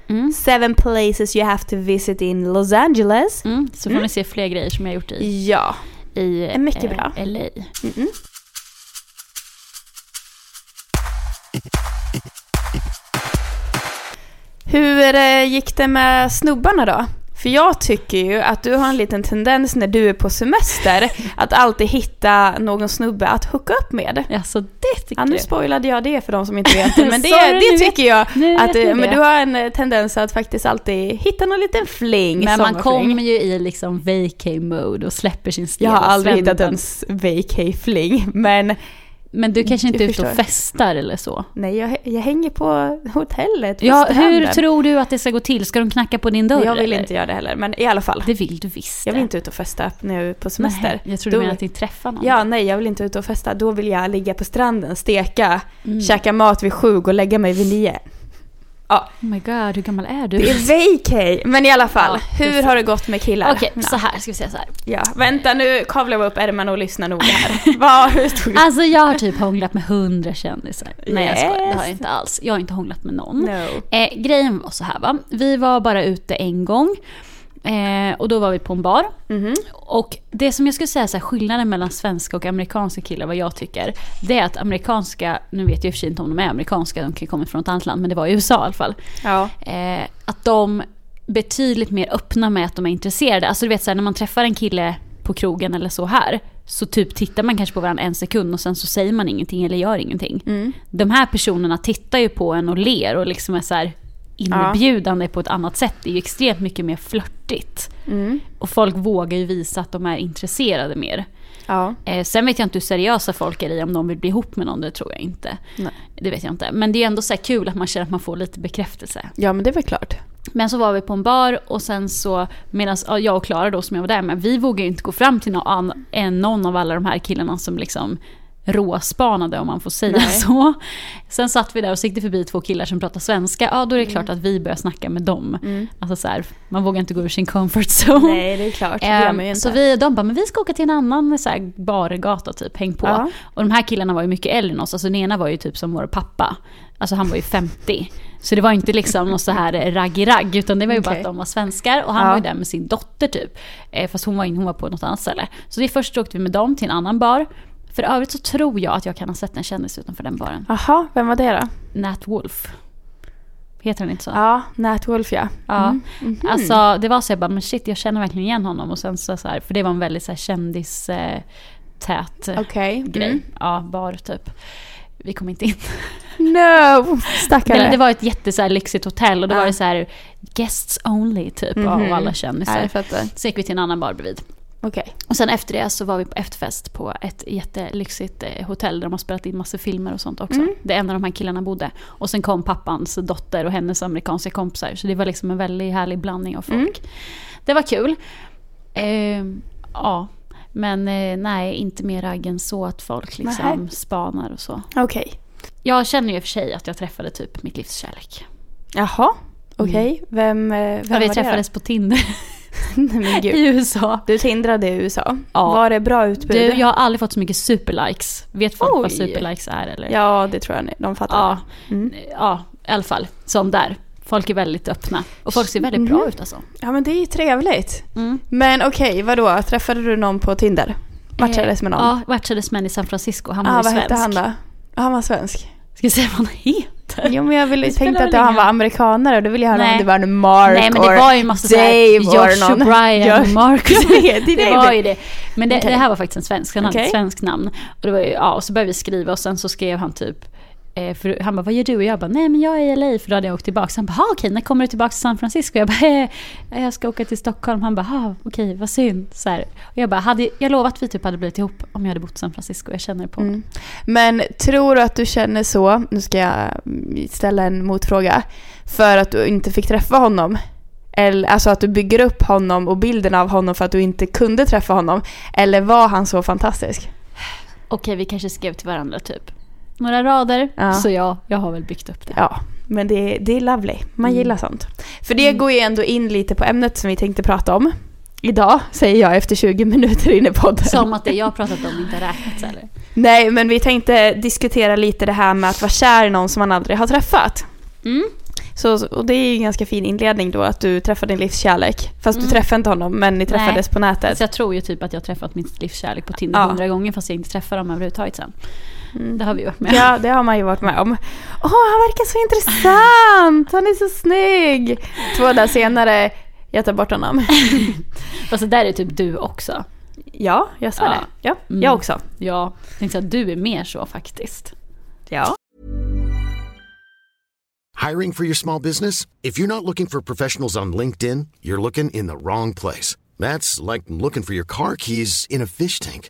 Speaker 2: Mm.
Speaker 1: Seven places you have to visit in Los Angeles.
Speaker 2: Mm, så får ni se fler grejer som jag gjort i,
Speaker 1: Ja.
Speaker 2: i
Speaker 1: Mycket
Speaker 2: eh,
Speaker 1: bra.
Speaker 2: LA.
Speaker 1: Hur eh, gick det med snubbarna då? För jag tycker ju att du har en liten tendens när du är på semester att alltid hitta någon snubbe att hooka upp med.
Speaker 2: Alltså det tycker
Speaker 1: Ja, nu
Speaker 2: du?
Speaker 1: spoilade jag det för de som inte vet det, men det,
Speaker 2: Sorry,
Speaker 1: det
Speaker 2: nu vet-
Speaker 1: tycker jag.
Speaker 2: nu vet
Speaker 1: Att,
Speaker 2: ni
Speaker 1: eh, men
Speaker 2: det.
Speaker 1: du har en eh, tendens att faktiskt alltid hitta någon liten fling.
Speaker 2: Men man
Speaker 1: sommarfling.
Speaker 2: kommer ju i liksom vacay-mode och släpper sin
Speaker 1: Jag
Speaker 2: stela
Speaker 1: har aldrig
Speaker 2: Sventon.
Speaker 1: hittat ens vacay-fling, men
Speaker 2: Men du kanske inte är
Speaker 1: Jag
Speaker 2: ute och
Speaker 1: förstår.
Speaker 2: festar eller så?
Speaker 1: nej, jag, jag hänger på hotellet vid
Speaker 2: Ja, hur
Speaker 1: stranden.
Speaker 2: tror du att det ska gå till? Ska de knacka på din dörr
Speaker 1: Jag vill
Speaker 2: eller?
Speaker 1: inte göra det heller, men i alla fall.
Speaker 2: Det vill du visst.
Speaker 1: Jag vill inte ut och festa när jag är på semester.
Speaker 2: Nej, jag tror du
Speaker 1: Då-
Speaker 2: menar att ni träffar någon.
Speaker 1: Ja, nej, jag vill inte ut och festa. Då vill jag ligga på stranden, steka,
Speaker 2: Mm.
Speaker 1: käka mat vid sju och lägga mig vid nio. Ja,
Speaker 2: Oh my god, hur gammal är du?
Speaker 1: det är vacay. Men i alla fall,
Speaker 2: Ja,
Speaker 1: hur
Speaker 2: precis.
Speaker 1: har det gått med killar?
Speaker 2: Okej,
Speaker 1: Ja.
Speaker 2: så här ska vi säga så här.
Speaker 1: Ja, vänta nu kavlar vi upp ärmarna och lyssnar noga här. Vad, hur tog det?
Speaker 2: Alltså jag har typ hånglat med hundra kändisar. Nej jag skojar, det har
Speaker 1: Yes.
Speaker 2: jag inte alls. Jag har inte hånglat med någon.
Speaker 1: No.
Speaker 2: Eh, grejen var så här va, vi var bara ute en gång. Eh, och då var vi på en bar.
Speaker 1: Mhm.
Speaker 2: Och det som jag skulle säga så här, skillnaden mellan svenska och amerikanska killar, vad jag tycker, det är att amerikanska, nu vet jag i och för sig inte om de är amerikanska, de kan ju komma från ett annat land, men det var i USA i alla fall.
Speaker 1: Ja.
Speaker 2: Eh, att de betydligt mer öppna med att de är intresserade. Alltså du vet så här, när man träffar en kille på krogen eller så här, så typ tittar man kanske på varandra en sekund och sen så säger man ingenting eller gör ingenting.
Speaker 1: Mm,
Speaker 2: De här personerna tittar ju på en och ler och liksom är så här inbjudande på ett annat sätt. Det är ju extremt mycket mer flörtigt.
Speaker 1: mm,
Speaker 2: Och folk vågar ju visa att de är intresserade mer.
Speaker 1: Ja.
Speaker 2: Eh, sen vet jag inte hur seriösa folk är i om de vill bli ihop med någon, det tror jag inte.
Speaker 1: Nej.
Speaker 2: Det vet jag inte. Men det är ändå så här kul att man känner att man får lite bekräftelse.
Speaker 1: ja, men det är väl klart.
Speaker 2: Men så var vi på en bar och sen så, medan jag och Klara då som jag var där med, vi vågade ju inte gå fram till någon, ann- än någon av alla de här killarna som liksom råspanade om man får säga
Speaker 1: Nej.
Speaker 2: så. Sen satt vi där och så gick det förbi två killar som pratade svenska, ja då är det klart
Speaker 1: Mm.
Speaker 2: att vi börjar snacka med dem. Alltså så här, man vågar inte gå ur sin comfort zone.
Speaker 1: Nej, det är klart. Det gör
Speaker 2: Ehm,
Speaker 1: man ju inte.
Speaker 2: Så vi, de bara, men vi ska åka till en annan så här, bargata typ, häng på.
Speaker 1: Ja.
Speaker 2: Och de här killarna var ju mycket äldre än oss, alltså den ena var ju typ som vår pappa. Alltså han var ju 50. Så det var inte liksom något så här ragg-ragg, utan det var ju bara
Speaker 1: Okej.
Speaker 2: att de var svenskar och han
Speaker 1: Ja.
Speaker 2: var ju där med sin dotter typ. Eh, Fast hon var, in, hon var på något annat ställe. Så det först åkte vi med dem till en annan bar. För övrigt så tror jag att jag kan ha sett en kändis utanför den baren.
Speaker 1: Jaha, vem var det då?
Speaker 2: Nat Wolf. Heter han inte så?
Speaker 1: Ja, Natwolf ja. Mm.
Speaker 2: Ja.
Speaker 1: Mhm.
Speaker 2: Alltså det var så jag bara, men shit jag känner verkligen igen honom. Och sen så, så här, för det var en väldigt så här, kändis eh, tät eh,
Speaker 1: Okej.
Speaker 2: grej.
Speaker 1: Mm.
Speaker 2: Ja, bar typ. Vi kom inte in.
Speaker 1: No! Stackare.
Speaker 2: Eller det var ett jätte så här, lyxigt hotell och då
Speaker 1: Ja. Mhm.
Speaker 2: var det så här guests only typ av alla
Speaker 1: Nej,
Speaker 2: kändisar.
Speaker 1: jag fattar.
Speaker 2: Så gick vi till en annan bar bredvid.
Speaker 1: Okej.
Speaker 2: Och sen efter det så var vi på efterfest på ett jättelyxigt eh, hotell där de har spelat in massa filmer och sånt också.
Speaker 1: Mm.
Speaker 2: Det är en av de här killarna bodde. Och sen kom pappans dotter och hennes amerikanska kompisar. Så det var liksom en väldigt härlig blandning av folk.
Speaker 1: Mm.
Speaker 2: Det var kul. Ehm, ja, men eh, nej, inte mer ragg än så att folk liksom
Speaker 1: Nähä.
Speaker 2: spanar och så.
Speaker 1: Okej.
Speaker 2: Jag känner ju i och för sig att jag träffade typ mitt livs kärlek.
Speaker 1: Jaha. Okej. Vem, eh, vem
Speaker 2: Mm. Ja,
Speaker 1: var
Speaker 2: vi
Speaker 1: det
Speaker 2: träffades på Tinder
Speaker 1: då? Nej, men gud.
Speaker 2: i USA.
Speaker 1: Du tindrade i USA.
Speaker 2: Ja.
Speaker 1: Var det bra utbud?
Speaker 2: Du, jag har aldrig fått så mycket superlikes. Vet folk
Speaker 1: Oj.
Speaker 2: vad superlikes är eller?
Speaker 1: Ja, det tror jag ni- de fattar.
Speaker 2: Ja,
Speaker 1: Mm.
Speaker 2: ja, i alla fall. Som där. Folk är väldigt öppna. Och folk ser väldigt
Speaker 1: Mhm.
Speaker 2: bra ut alltså.
Speaker 1: ja, men det är ju trevligt.
Speaker 2: Mm.
Speaker 1: Men okej, vadå? Träffade du någon på Tinder? Matchades med någon?
Speaker 2: Eh, Ja, matchades med en i San Francisco. Han var
Speaker 1: ah,
Speaker 2: ju
Speaker 1: vad
Speaker 2: svensk.
Speaker 1: hette han då? Ja, han var svensk.
Speaker 2: Ska jag säga vad han heter?
Speaker 1: Jo men jag ville,
Speaker 2: Det spelar
Speaker 1: tänkte att
Speaker 2: väl
Speaker 1: han
Speaker 2: ingen-
Speaker 1: var amerikanare och då ville jag höra
Speaker 2: Nej.
Speaker 1: om det var en Mark
Speaker 2: Nej men det
Speaker 1: or
Speaker 2: var ju en massa
Speaker 1: Dave
Speaker 2: såhär
Speaker 1: or
Speaker 2: Josh
Speaker 1: någon.
Speaker 2: O'Brien och
Speaker 1: Josh-
Speaker 2: Marcus.
Speaker 1: Jag vet, det är
Speaker 2: det
Speaker 1: det.
Speaker 2: var ju det. Men det,
Speaker 1: Okej.
Speaker 2: det här var faktiskt en svensk, han hade
Speaker 1: Okej.
Speaker 2: ett svenskt namn. Och, det var ju, ja, och så började vi skriva och sen så skrev han typ eh, för han bara, vad gör du? Och jag bara, nej men jag är i LA för då hade jag åkt tillbaka. Så han bara, "Ha, okej, när kommer du tillbaka till San Francisco? Jag bara, eh, jag ska åka till Stockholm. Han bara, "Ha, okej, vad synd. Så här. Och jag bara, hade, jag lovade att vi typ hade blivit ihop om jag hade bott i San Francisco. Jag känner det på honom.
Speaker 1: Mm. Men tror du att du känner så, nu ska jag mm, ställa en motfråga, för att du inte fick träffa honom? Eller, alltså att du bygger upp honom och bilden av honom för att du inte kunde träffa honom? Eller var han så fantastisk?
Speaker 2: Okej, vi kanske skrev till varandra typ några rader.
Speaker 1: Ja.
Speaker 2: Så ja, jag har väl byggt upp det.
Speaker 1: Ja, men det, det är lovely. Man
Speaker 2: Mm.
Speaker 1: gillar sånt. För det går ju ändå in lite på ämnet som vi tänkte prata om idag, säger jag efter 20 minuter in i podden.
Speaker 2: Som att det jag pratat om inte räknats eller?
Speaker 1: Nej, men vi tänkte diskutera lite det här med att vara kär i någon som man aldrig har träffat.
Speaker 2: Mm.
Speaker 1: Så, och det är ju en ganska fin inledning då, att du träffar din livskärlek. Fast du
Speaker 2: Mm.
Speaker 1: träffade inte honom, men ni träffades på
Speaker 2: Så
Speaker 1: nätet.
Speaker 2: jag tror ju typ att jag har träffat min livskärlek på Tinder
Speaker 1: Ja.
Speaker 2: hundra gånger fast jag inte träffar dem överhuvudtaget sen.
Speaker 1: Mm.
Speaker 2: Det har vi varit med
Speaker 1: Ja, det har man ju varit med om. Åh, han verkar så intressant! Han är så snygg! Två dagar senare, Jag tar bort honom.
Speaker 2: Fast det där är typ du också.
Speaker 1: Ja, jag sa
Speaker 2: Ja.
Speaker 1: det. Ja,
Speaker 2: Mm.
Speaker 1: jag också.
Speaker 2: Ja, jag tänkte att du är mer så faktiskt.
Speaker 1: Ja.
Speaker 3: Hiring for your small business? If you're not looking for professionals on LinkedIn, you're looking in the wrong place. That's like looking for your car keys in a fish tank.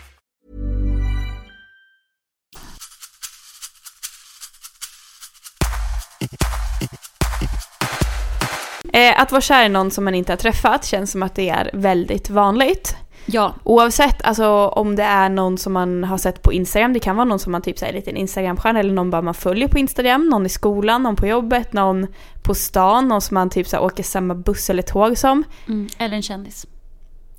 Speaker 1: Eh, att vara kär i någon som man inte har träffat känns som att det är väldigt vanligt.
Speaker 2: Ja,
Speaker 1: Oavsett alltså, om det är någon som man har sett på Instagram, det kan vara någon som man typ säger lite en Instagramstjärna eller någon bara man följer på Instagram, någon i skolan, någon på jobbet, någon på stan, någon som man typ så här, åker samma buss eller tåg som.
Speaker 2: mm. eller en kändis.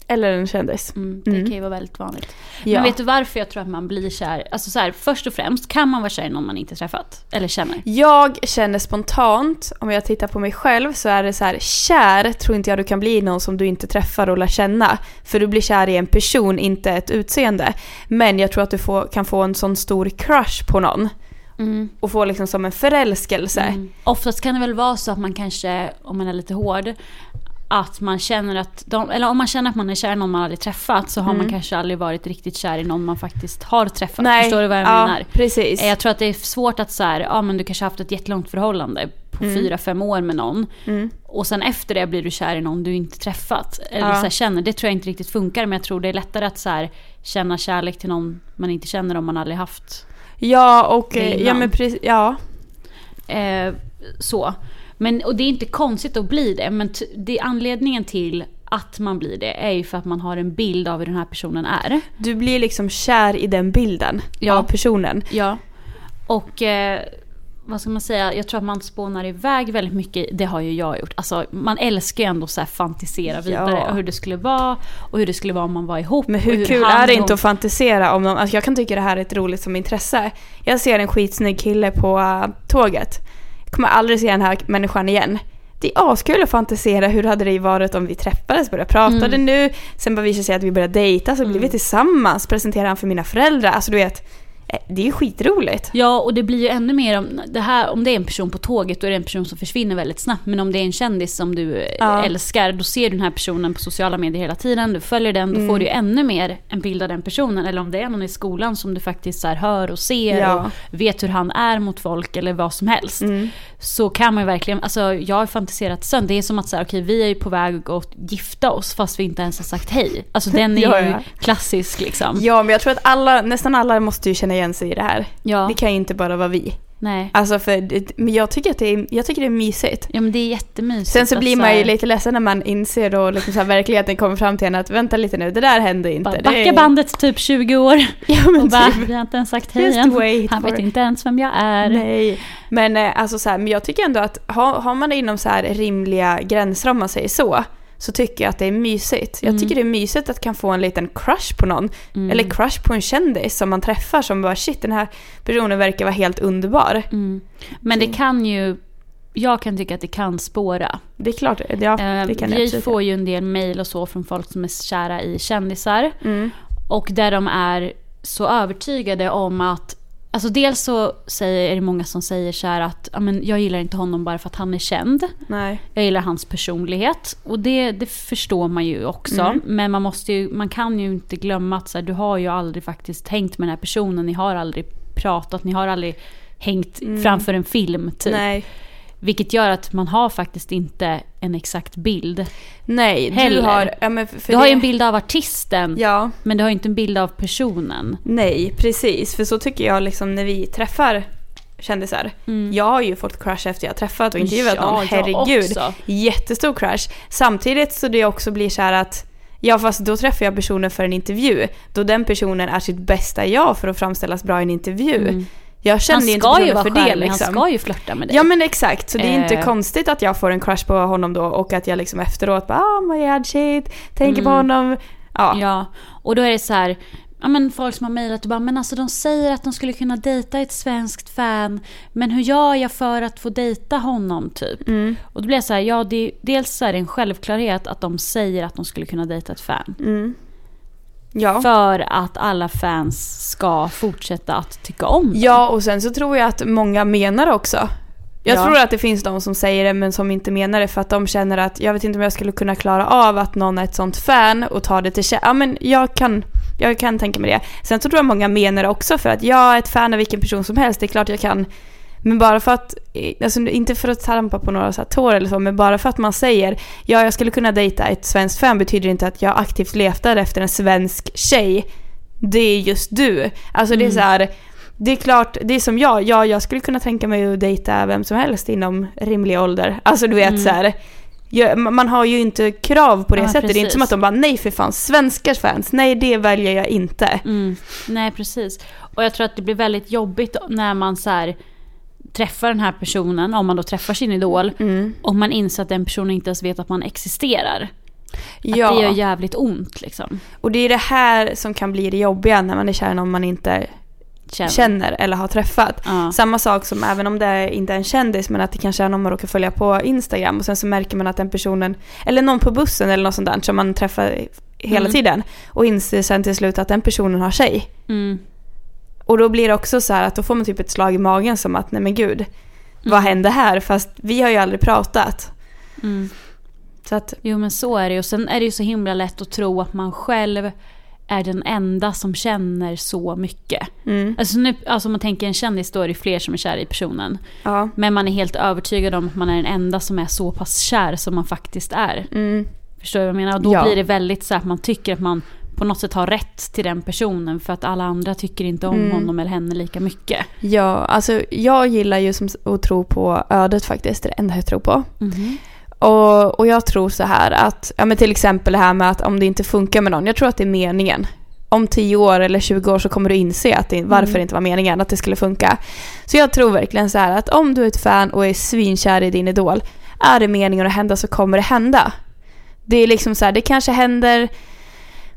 Speaker 1: Eller en kändis.
Speaker 2: Mm, det kan ju vara väldigt vanligt.
Speaker 1: Ja.
Speaker 2: Men vet du varför jag tror att man blir kär? Alltså så här, först och främst, kan man vara kär i någon man inte träffat? Eller känner?
Speaker 1: Jag känner spontant, om jag tittar på mig själv, så är det så här, kär tror inte jag du kan bli i någon som du inte träffar och lär känna. För du blir kär i en person, inte ett utseende. Men jag tror att du får, kan få en sån stor crush på någon.
Speaker 2: Mm.
Speaker 1: Och få liksom som en förälskelse.
Speaker 2: Oftast kan det väl vara så att man kanske, om man är lite hård, att man känner att de, eller om man känner att man är kär i någon man aldrig träffat så har man kanske aldrig varit riktigt kär i någon man faktiskt har träffat.
Speaker 1: Mm. Nej,
Speaker 2: Förstår du vad jag
Speaker 1: ja,
Speaker 2: menar?
Speaker 1: precis.
Speaker 2: Eh, Jag tror att det är svårt att så här, ja men du kanske har haft ett jättelångt förhållande på
Speaker 1: Mm.
Speaker 2: fyra, fem år med någon. Och sen efter det blir du kär i någon du inte träffat. Eller
Speaker 1: Ja.
Speaker 2: så här, känner. Det tror jag inte riktigt funkar men jag tror det är lättare att så här, känna kärlek till någon man inte känner om man aldrig haft
Speaker 1: Ja, och... eh,
Speaker 2: Innan.
Speaker 1: Ja, men precis, ja.
Speaker 2: Eh, så. Men, och det är inte konstigt att bli det, men t- det är anledningen till att man blir det är ju för att man har en bild av hur den här personen är.
Speaker 1: Du blir liksom kär i den bilden
Speaker 2: Ja.
Speaker 1: av personen.
Speaker 2: Ja. Och eh, vad ska man säga, jag tror att man spånar iväg väldigt mycket, det har ju jag gjort. Alltså, man älskar ju ändå så här fantisera vidare
Speaker 1: Ja.
Speaker 2: och hur det skulle vara och hur det skulle vara om man var ihop.
Speaker 1: Men
Speaker 2: och
Speaker 1: hur kul
Speaker 2: han
Speaker 1: är det
Speaker 2: och
Speaker 1: inte
Speaker 2: hon-
Speaker 1: att fantisera om någon? Alltså jag kan tycka det här är ett roligt som intresse. Jag ser en skitsnygg kille på äh, tåget. Jag kommer aldrig se den här människan igen. Det är askul att fantisera hur hade det varit om vi träffades, började prata det nu, sen bara visar sig att vi började dejta, så blir vi tillsammans, presenterar han för mina föräldrar. Alltså du vet, eh, det är ju skitroligt.
Speaker 2: Ja, och det blir ju ännu mer om det, här, om det är en person på tåget, då är det en person som försvinner väldigt snabbt. Men om det är en kändis som du eh,
Speaker 1: Ja.
Speaker 2: älskar, då ser du den här personen på sociala medier hela tiden, du följer den, då
Speaker 1: Mm.
Speaker 2: får du ju ännu mer en bild av den personen. Eller om det är någon i skolan som du faktiskt så här hör och ser
Speaker 1: Ja. Mm.
Speaker 2: och vet hur han är mot folk eller vad som helst. Så kan man ju verkligen, alltså jag har fantiserat sönder, det är som att så här, okej, vi är ju på väg att gifta oss fast vi inte ens har sagt hej. Alltså den är
Speaker 1: Ja,
Speaker 2: ju
Speaker 1: ja.
Speaker 2: klassisk liksom.
Speaker 1: Ja, men jag tror att alla, nästan alla måste ju känna igen sig i det här.
Speaker 2: Ja.
Speaker 1: Det kan ju inte bara vara vi.
Speaker 2: Nej.
Speaker 1: Alltså för, det- men jag tycker att det är, jag tycker det är mysigt.
Speaker 2: Ja men det är jättemysigt.
Speaker 1: Sen så
Speaker 2: att
Speaker 1: blir man ju
Speaker 2: här-
Speaker 1: lite ledsen när man inser då liksom så här verkligheten kommer fram till en att vänta lite nu, det där hände inte.
Speaker 2: Bara
Speaker 1: Det-
Speaker 2: backa bandet typ 20 år.
Speaker 1: Ja men
Speaker 2: Och bara,
Speaker 1: typ.
Speaker 2: vi har inte ens sagt hej
Speaker 1: Just
Speaker 2: än.
Speaker 1: wait
Speaker 2: Han
Speaker 1: for
Speaker 2: vet
Speaker 1: it."
Speaker 2: inte ens vem jag är.
Speaker 1: Nej. Men eh, alltså så här, men jag tycker ändå att har, har man det inom så här rimliga gränser om man säger så, så tycker jag att det är mysigt.
Speaker 2: Mm.
Speaker 1: Jag tycker det är mysigt att kan få en liten crush på någon. Eller crush på en kändis som man träffar som bara shit den här personen verkar vara helt underbar.
Speaker 2: Mm. Men det kan ju, jag kan tycka att det kan spåra.
Speaker 1: Det är klart, ja
Speaker 2: Eh,
Speaker 1: det kan jag
Speaker 2: vi
Speaker 1: absolut
Speaker 2: får ju en del mejl och så från folk som är kära i kändisar.
Speaker 1: Mm.
Speaker 2: Och där de är så övertygade om att Alltså dels så säger, är det många som säger så här att "Ja, men jag gillar inte honom bara för att han är känd.
Speaker 1: Nej.
Speaker 2: Jag gillar hans personlighet och det, det förstår man ju också.
Speaker 1: Mm.
Speaker 2: Men man, måste ju, man kan ju inte glömma att så här, du har ju aldrig faktiskt hängt med den här personen. Ni har aldrig pratat, ni har aldrig hängt framför en film. Typ.
Speaker 1: Mm. Nej.
Speaker 2: Vilket gör att man har faktiskt inte en exakt bild.
Speaker 1: Nej, du
Speaker 2: Heller.
Speaker 1: har... Ja, men för
Speaker 2: Du har ju
Speaker 1: det-
Speaker 2: en bild av artisten
Speaker 1: Ja.
Speaker 2: men du har ju inte en bild av personen.
Speaker 1: Nej, precis. För så tycker jag liksom när vi träffar kändisar.
Speaker 2: Mm.
Speaker 1: Jag har ju fått crush efter jag träffat och intervjuat
Speaker 4: Ja,
Speaker 1: någon.
Speaker 4: jag
Speaker 1: Herregud.
Speaker 4: också.
Speaker 1: Jättestor crush. Samtidigt så det också blir så här att Ja fast då träffar jag personen för en intervju. Då den personen är sitt bästa jag för att framställas bra i en intervju. Jag känner
Speaker 2: Mm. Han
Speaker 1: ju inte
Speaker 2: ska ju
Speaker 1: personen
Speaker 2: vara
Speaker 1: för
Speaker 2: skön,
Speaker 1: det
Speaker 2: men
Speaker 1: liksom.
Speaker 2: han ska ju flörta med dig.
Speaker 1: Ja men exakt, så det är inte
Speaker 2: Eh.
Speaker 1: konstigt att jag får en crush på honom då och att jag liksom efteråt bara oh my god shit, tänker på honom. Ja.
Speaker 2: Mm. Ja, och då är det så här, ja men folk som har mejlat och bara, men alltså de säger att de skulle kunna dejta ett svenskt fan, men hur gör jag för att få dejta honom typ?
Speaker 1: Mm.
Speaker 2: Och då blir jag så här, ja det, dels så är det en självklarhet att de säger att de skulle kunna dejta ett fan.
Speaker 1: Mm. Ja.
Speaker 2: För att alla fans ska fortsätta att tycka om dem.
Speaker 1: ja och sen så tror jag att många menar det också. Jag
Speaker 2: Ja.
Speaker 1: tror att det finns de som säger det men som inte menar det för att de känner att jag vet inte om jag skulle kunna klara av att någon är ett sånt fan och ta det till kä- Ja men jag kan, jag kan tänka mig det. Sen så tror jag många menar det också för att jag är ett fan av vilken person som helst, det är klart jag kan. Men bara för att, eh, alltså inte för att trampa på några så här tår eller så, men bara för att man säger ja jag skulle kunna dejta ett svenskt fan betyder inte att jag aktivt letar efter en svensk tjej. Det är just du. Alltså
Speaker 2: Mm.
Speaker 1: det är så här, det är klart, det är som jag, ja jag skulle kunna tänka mig att dejta vem som helst inom rimlig ålder. Alltså du vet så här, jag, ma- man har ju inte krav på det
Speaker 2: Mm. Ja,
Speaker 1: sättet. Det är inte
Speaker 2: precis.
Speaker 1: som att de bara nej för fan, svenskars fans, nej det väljer jag inte.
Speaker 2: Mm. Nej, precis. Och jag tror att det blir väldigt jobbigt när man så här, träffar den här personen, om man då träffar sin idol,
Speaker 1: Mm.
Speaker 2: om man inser att den personen inte ens vet att man existerar.
Speaker 1: Ja.
Speaker 2: Att det gör jävligt ont liksom.
Speaker 1: Och det är det här som kan bli det jobbiga när man är kär i någon man inte
Speaker 2: Känner.
Speaker 1: känner eller har träffat.
Speaker 2: Ja.
Speaker 1: Samma sak som även om det inte är en kändis men att det kanske är någon man råkar följa på Instagram och sen så märker man att den personen, eller någon på bussen eller något sånt där som man träffar hela tiden och inser sen till slut att den personen har sig.
Speaker 2: Mm.
Speaker 1: Och då blir det också så här att då får man typ ett slag i magen som att nej men gud, vad hände här? Fast vi har ju aldrig pratat.
Speaker 2: Mm.
Speaker 1: Så att,
Speaker 2: Jo men så är det ju. Och sen är det ju så himla lätt att tro att man själv är den enda som känner så mycket.
Speaker 1: mm,
Speaker 2: Alltså, nu, alltså om man tänker en kändis då är det fler som är kära i personen.
Speaker 1: ja.
Speaker 2: Men man är helt övertygad om att man är den enda som är så pass kär som man faktiskt är.
Speaker 1: Mm.
Speaker 2: Förstår du vad jag menar? Och då
Speaker 1: Ja.
Speaker 2: blir det väldigt så här att man tycker att man på något sätt har rätt till den personen för att alla andra tycker inte om
Speaker 1: Mm.
Speaker 2: honom eller henne lika mycket.
Speaker 1: Ja, alltså jag gillar ju som, att tro på ödet faktiskt. Det är det enda jag tror på. Och, och jag tror så här att, ja men till exempel det här med att om det inte funkar med någon, jag tror att det är meningen. Om 10 år eller 20 år så kommer du inse att det, varför det inte var meningen att det skulle funka. Så jag tror verkligen så här att om du är ett fan och är svinkär i din idol, är det meningen att hända så kommer det hända. Det är liksom så här, det kanske händer